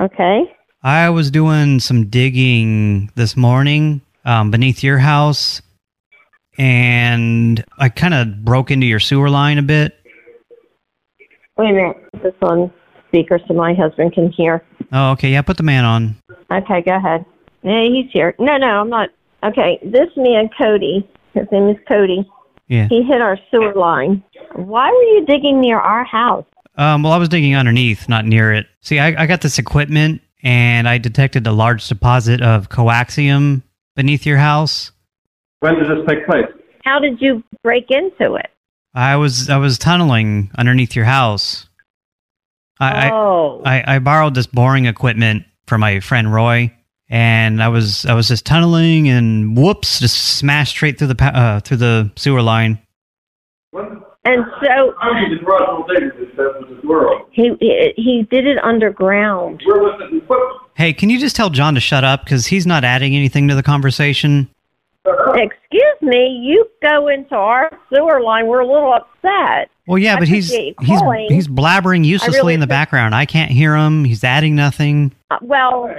Speaker 12: Okay.
Speaker 15: I was doing some digging this morning um, beneath your house, and I kind of broke into your sewer line a bit.
Speaker 12: Wait a minute. Put This on speaker so my husband can hear.
Speaker 15: Oh, okay. Yeah, put the man on.
Speaker 12: Okay, go ahead. Yeah, he's here. No, no, I'm not. Okay, this man, Cody, his name is Cody.
Speaker 15: Yeah.
Speaker 12: He hit our sewer line. Why were you digging near our house?
Speaker 15: Um, well, I was digging underneath, not near it. See, I, I got this equipment and I detected a large deposit of coaxium beneath your house.
Speaker 11: When did this
Speaker 10: [laughs]
Speaker 11: take place?
Speaker 12: How did you break into it?
Speaker 15: I was I was tunneling underneath your house. I,
Speaker 12: Oh.
Speaker 15: I, I I borrowed this boring equipment from my friend Roy, and I was I was just tunneling, and whoops, just smashed straight through the pa- uh, through the sewer line.
Speaker 12: And so
Speaker 11: How did Russell Davis establish this world?
Speaker 12: he he, he did it underground.
Speaker 11: Where was this equipment?
Speaker 15: Hey, can you just tell John to shut up because he's not adding anything to the conversation?
Speaker 12: Excuse me, you go into our sewer line. We're a little upset.
Speaker 15: Well, yeah,
Speaker 12: I
Speaker 15: but he's
Speaker 12: appreciate
Speaker 15: he's
Speaker 12: you calling.
Speaker 15: he's blabbering uselessly
Speaker 12: really
Speaker 15: in the background. I can't hear him. He's adding nothing.
Speaker 12: Uh, well,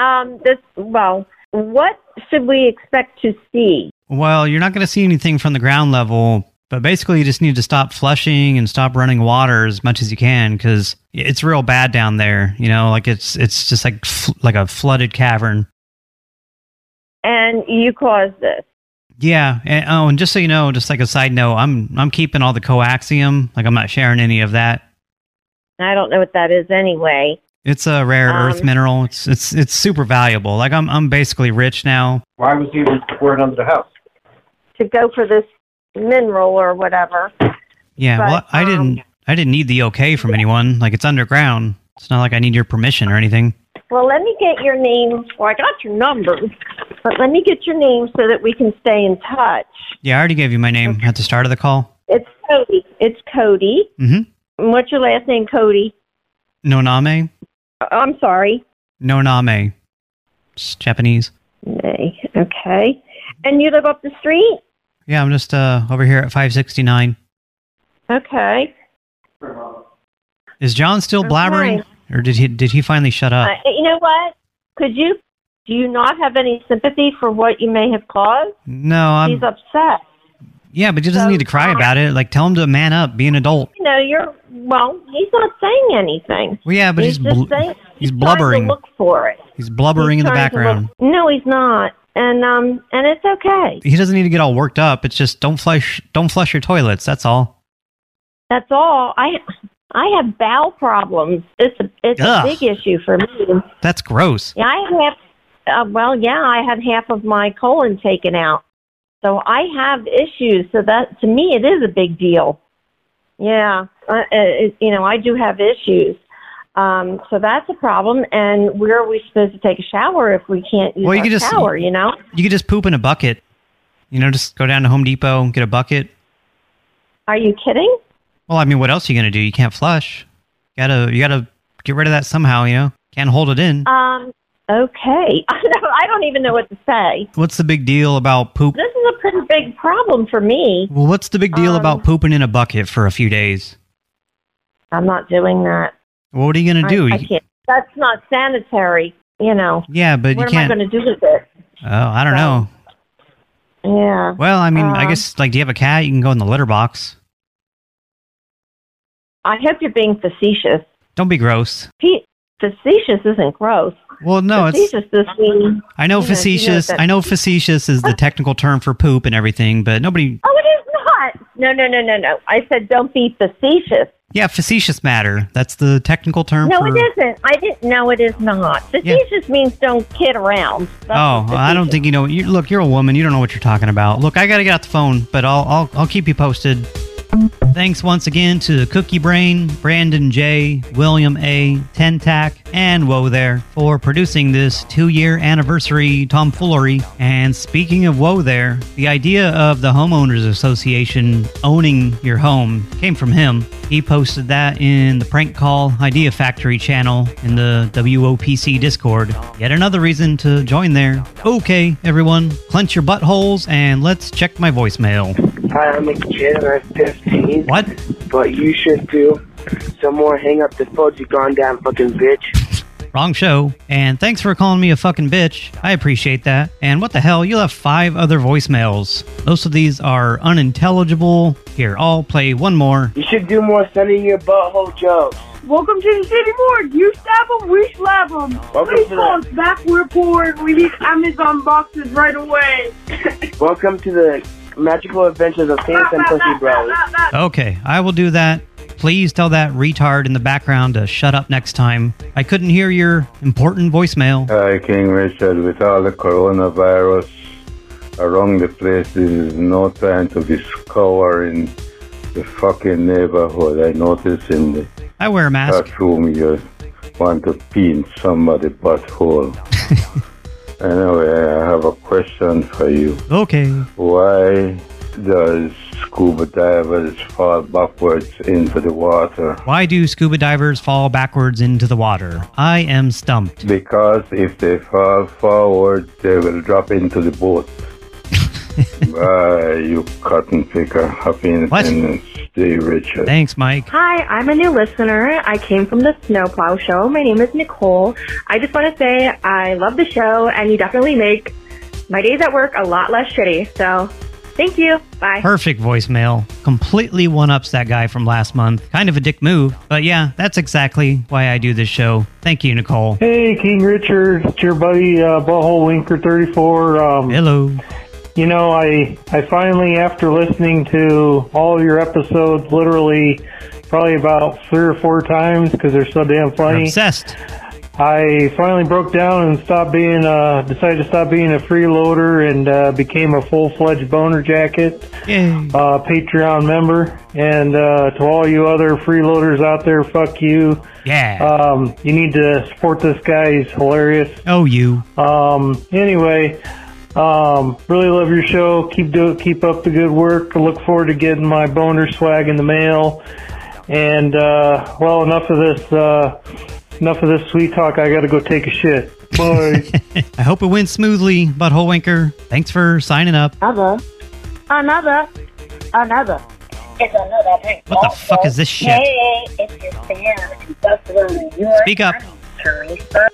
Speaker 12: um, this well, what should we expect to see?
Speaker 15: Well, you're not going to see anything from the ground level, but basically you just need to stop flushing and stop running water as much as you can cuz it's real bad down there, you know, like it's it's just like fl- like a flooded cavern.
Speaker 12: And you caused this.
Speaker 15: Yeah, and oh, and just so you know, just like a side note, I'm I'm keeping all the coaxium, like I'm not sharing any of that.
Speaker 12: I don't know what that is anyway.
Speaker 15: It's a rare earth
Speaker 12: Um,
Speaker 15: mineral. It's it's it's super valuable. Like I'm I'm basically rich now.
Speaker 11: Why was he pouring under the house?
Speaker 12: To go for this mineral or whatever.
Speaker 15: Yeah, well,
Speaker 12: But, um,
Speaker 15: I didn't I didn't need the okay from anyone. Like it's underground. It's not like I need your permission or anything.
Speaker 12: Well, let me get your name, or I got your number, but let me get your name so that we can stay in touch.
Speaker 15: Yeah, I already gave you my name at the start of the call.
Speaker 12: It's Cody. It's Cody.
Speaker 15: Mm-hmm.
Speaker 12: And What's your last name, Cody?
Speaker 15: Noname.
Speaker 12: Uh, I'm sorry.
Speaker 15: Noname. It's Japanese.
Speaker 12: Nay. Okay. And you live up the street?
Speaker 15: Yeah, I'm just uh over here at 569.
Speaker 12: Okay.
Speaker 15: Is John still blabbering, or did he did he finally shut up?
Speaker 12: Uh, you know what? Could you do you not have any sympathy for what you may have caused?
Speaker 15: no, I'm.
Speaker 12: He's upset.
Speaker 15: Yeah, but he doesn't need to cry about it. Like, tell him to man up, be an adult.
Speaker 12: You know, you're well. He's not saying anything.
Speaker 15: Well, yeah, but
Speaker 12: he's,
Speaker 15: he's
Speaker 12: just
Speaker 15: bl-
Speaker 12: saying
Speaker 15: he's
Speaker 12: trying
Speaker 15: blubbering.
Speaker 12: to look for it.
Speaker 15: He's blubbering in the
Speaker 12: Trying to look-
Speaker 15: background.
Speaker 12: no, he's not, and um, and it's okay.
Speaker 15: He doesn't need to get all worked up. It's just don't flush don't flush your toilets. That's all.
Speaker 12: That's all. I I have bowel problems. It's a it's
Speaker 15: Ugh.
Speaker 12: a big issue for me.
Speaker 15: That's gross.
Speaker 12: Yeah, I have. Uh, well, yeah, I had half of my colon taken out, so I have issues. So that to me, it is a big deal. Yeah, uh, uh, it, you know, I do have issues. Um, so that's a problem. And where are we supposed to take a shower if we can't use
Speaker 15: Well, you
Speaker 12: our
Speaker 15: could just-
Speaker 12: shower? You know.
Speaker 15: You could just poop in a bucket. You know, just go down to Home Depot and get a bucket.
Speaker 12: Are you kidding?
Speaker 15: Well, I mean, what else are you gonna do? You can't flush. You gotta you gotta get rid of that somehow. You know, can't hold it in.
Speaker 12: Um, okay. [laughs] I don't, I don't even know what to say.
Speaker 15: What's the big deal about poop?
Speaker 12: This is a pretty big problem for me.
Speaker 15: Well, what's the big deal
Speaker 12: Um,
Speaker 15: about pooping in a bucket for a few days?
Speaker 12: I'm not doing that.
Speaker 15: Well, what are you gonna do?
Speaker 12: I, I
Speaker 15: You-
Speaker 12: can't. That's not sanitary, you know.
Speaker 15: yeah, but
Speaker 12: what
Speaker 15: you can't.
Speaker 12: am I going to do with it?
Speaker 15: oh, I don't know.
Speaker 12: Yeah.
Speaker 15: Well, I mean, I
Speaker 12: Um,
Speaker 15: guess like, do you have a cat? You can go in the litter box.
Speaker 12: I hope you're being facetious.
Speaker 15: Don't be gross.
Speaker 12: Pe- facetious isn't gross.
Speaker 15: Well, no, it's.
Speaker 12: facetious just means.
Speaker 15: I know
Speaker 12: you you
Speaker 15: facetious.
Speaker 12: that-
Speaker 15: I know facetious
Speaker 12: [laughs]
Speaker 15: is the technical term for poop and everything, but nobody.
Speaker 12: Oh, it is not. No, no, no, no, no. I said don't be facetious.
Speaker 15: Yeah, facetious matter. That's the technical term
Speaker 12: No,
Speaker 15: for.
Speaker 12: it isn't. I didn't. No, it is not. Facetious just means don't kid around.
Speaker 15: Oh, well, I don't think you know. You, look, you're a woman. You don't know what you're talking about. Look, I gotta get out the phone, but I'll I'll, I'll keep you posted. Thanks once again to Cookie Brain, Brandon J, William A, Tentac, and Woe There for producing this two-year anniversary tomfoolery. And speaking of Woe There, the idea of the homeowners association owning your home came from him. He posted that in the prank call idea factory channel in the WOPC Discord. Yet another reason to join there. Okay, everyone, clench your buttholes and let's check my voicemail.
Speaker 8: Hi, I'm a kid. I'm 15.
Speaker 15: What?
Speaker 8: But you should too. Some more hang up the phone. You gone down, fucking bitch.
Speaker 15: Wrong show. And thanks for calling me a fucking bitch. I appreciate that. And what the hell? You'll have five other voicemails. Most of these are unintelligible. Here, I'll play one more.
Speaker 8: You should do more sending your butthole jokes.
Speaker 20: Welcome to the city morgue. You stab 'em, we slap 'em.
Speaker 8: Welcome
Speaker 20: Please
Speaker 8: to
Speaker 20: call
Speaker 8: the-
Speaker 20: us back. We're poor. We need Amazon boxes right away.
Speaker 8: Welcome to the magical adventures of Saints and Pussy Bros.
Speaker 15: Okay, I will do that. Please tell that retard in the background to shut up next time. I couldn't hear your important voicemail.
Speaker 26: Hi, King Richard. With all the coronavirus around the place, this is no time to be scouring the fucking neighborhood. I notice in the
Speaker 15: I wear a mask.
Speaker 26: bathroom you want to pee in somebody's butthole. anyway, I have a question for you.
Speaker 15: Okay.
Speaker 26: Why does scuba divers fall backwards into the water?
Speaker 15: Why do scuba divers fall backwards into the water? I am stumped.
Speaker 26: Because if they fall forward, they will drop into the
Speaker 15: [laughs]
Speaker 26: boat. Bye, you cotton picker. Happy Independence Day, Richard.
Speaker 15: Thanks, Mike.
Speaker 29: Hi, I'm a new listener. I came from the Snowplow Show. My name is Nicole. I just want to say I love the show, and you definitely make my days at work a lot less shitty. So, thank you. Bye.
Speaker 15: Perfect voicemail. Completely one ups that guy from last month. Kind of a dick move. But yeah, that's exactly why I do this show. Thank you, Nicole.
Speaker 30: Hey, King Richard, it's your buddy uh, Butthole Winker thirty four. Um,
Speaker 15: Hello.
Speaker 30: You know, I I finally, after listening to all of your episodes, literally probably about three or four times because they're so damn funny.
Speaker 15: You're obsessed.
Speaker 30: I finally broke down and stopped being uh decided to stop being a freeloader and uh, became a full fledged boner jacket uh, Patreon member. And uh, to all you other freeloaders out there, fuck you.
Speaker 15: Yeah.
Speaker 30: Um, you need to support this guy. He's hilarious.
Speaker 15: Oh, you.
Speaker 30: Um. Anyway, um, really love your show. Keep do keep up the good work. I look forward to getting my boner swag in the mail. And uh, well, enough of this. Uh, enough of this sweet talk. I got to go take a shit. Bye.
Speaker 15: [laughs] I hope it went smoothly, Butthole Winker. Thanks for signing up.
Speaker 29: Another.
Speaker 31: Another. Another. It's another thing.
Speaker 15: What the fuck is this shit?
Speaker 31: Hey, it's your fan in Buffalo, New York.
Speaker 15: Speak up.
Speaker 31: Teresa.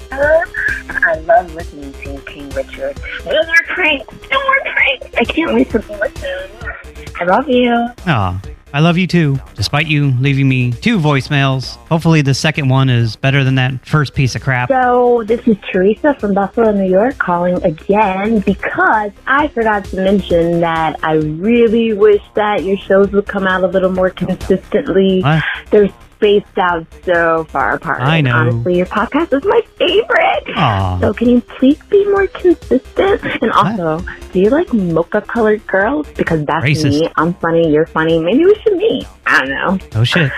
Speaker 31: I love listening to you, King Richard. No more pranks. No more pranks. I can't wait to be with you. I love you.
Speaker 15: Aw. I love you too, despite you leaving me two voicemails. Hopefully, the second one is better than that first piece of crap.
Speaker 31: So this is Teresa from Buffalo, New York, calling again because I forgot to mention that I really wish that your shows would come out a little more consistently.
Speaker 15: What?
Speaker 31: They're spaced out so far apart.
Speaker 15: I know.
Speaker 31: Honestly, your podcast is my favorite.
Speaker 15: Aw.
Speaker 31: So can you please be more consistent? And also, do you like mocha-colored girls? Because that's
Speaker 15: Racist.
Speaker 31: me. I'm funny. You're funny. Maybe we should meet. I don't know.
Speaker 15: Oh shit.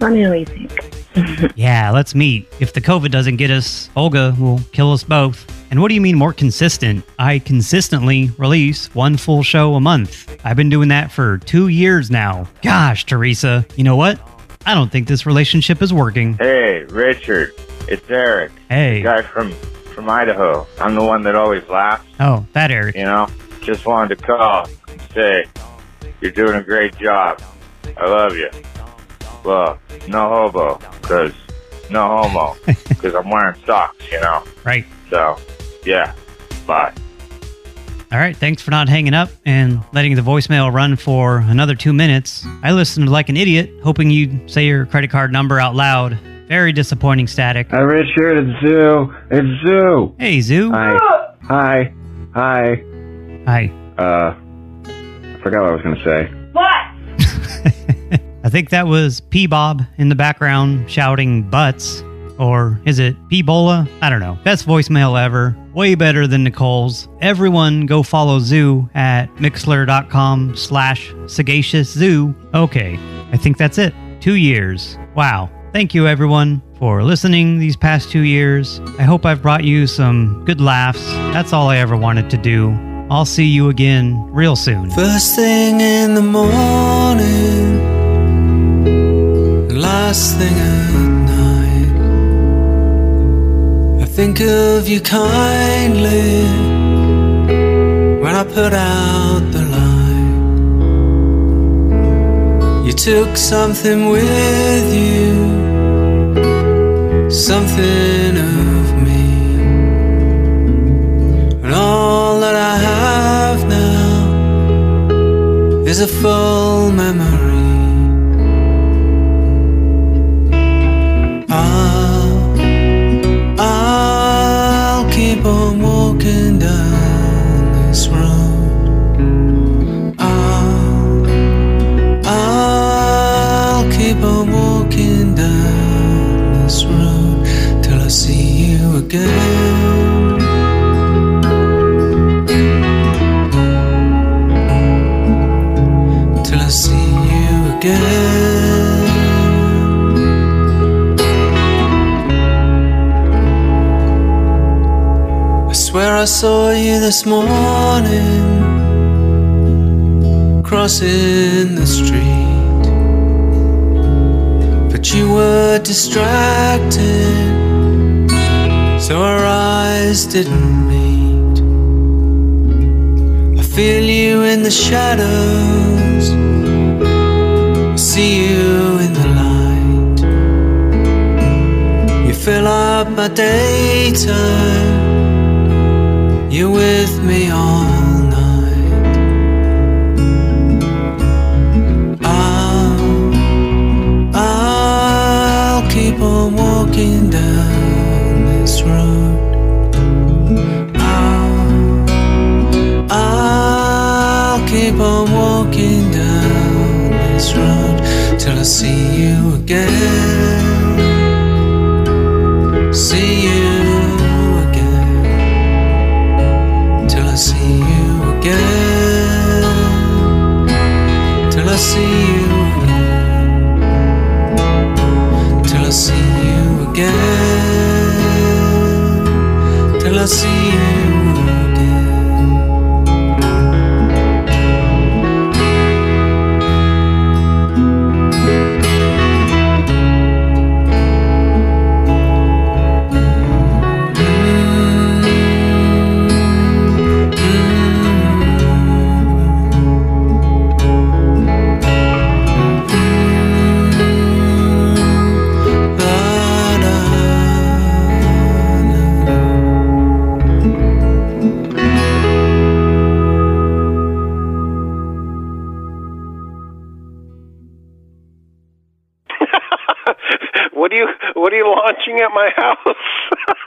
Speaker 31: Let me know what you think.
Speaker 15: Yeah, let's meet. If the COVID doesn't get us, Olga will kill us both. And what do you mean more consistent? I consistently release one full show a month. I've been doing that for two years now. Gosh, Teresa, you know what? I don't think this relationship is working.
Speaker 32: Hey, Richard, it's Eric.
Speaker 15: Hey.
Speaker 32: guy from from Idaho. I'm the one that always laughs.
Speaker 15: Oh, that Eric.
Speaker 32: You know, just wanted to call and say you're doing a great job. I love you. Well, no hobo, cause no
Speaker 15: [laughs]
Speaker 32: homo, cause I'm wearing socks. You know.
Speaker 15: Right.
Speaker 32: So, yeah. Bye.
Speaker 15: All right, thanks for not hanging up and letting the voicemail run for another two minutes. I listened like an idiot, hoping you'd say your credit card number out loud. Very disappointing static.
Speaker 33: Hi, Richard. It's Zoo. It's Zoo.
Speaker 15: Hey, Zoo.
Speaker 33: Hi. Hi. Hi.
Speaker 15: Hi.
Speaker 33: Uh, I forgot what I was going to say.
Speaker 20: What?
Speaker 15: I think that was P Bob in the background shouting butts. Or is it P-Bola? I don't know. Best voicemail ever. Way better than Nicole's. Everyone go follow Zoo at mixler.com slash sagacious zoo. Okay, I think that's it. Two years. Wow. Thank you everyone for listening these past two years. I hope I've brought you some good laughs. That's all I ever wanted to do. I'll see you again real soon.
Speaker 21: First thing in the morning, last thing at night. I think of you kindly when I put out the light. You took something with you, something of me, and all that I have now is a full memory. I'll, Ah, I'll keep on walking down this road. I'll, I'll keep on walking down this road till I see you again. Till I see you again. I swear I saw you this morning crossing the street, but you were distracted, so our eyes didn't meet. I feel you in the shadows, I see you in the light. You fill up my daytime. You're with me all night. I'll, I'll keep on walking down this road. I'll, I'll keep on walking down this road till I see you again. See you again till I see you again. Till I see you again. Till I see you again. Till I see you
Speaker 22: what are you What are you launching at my house?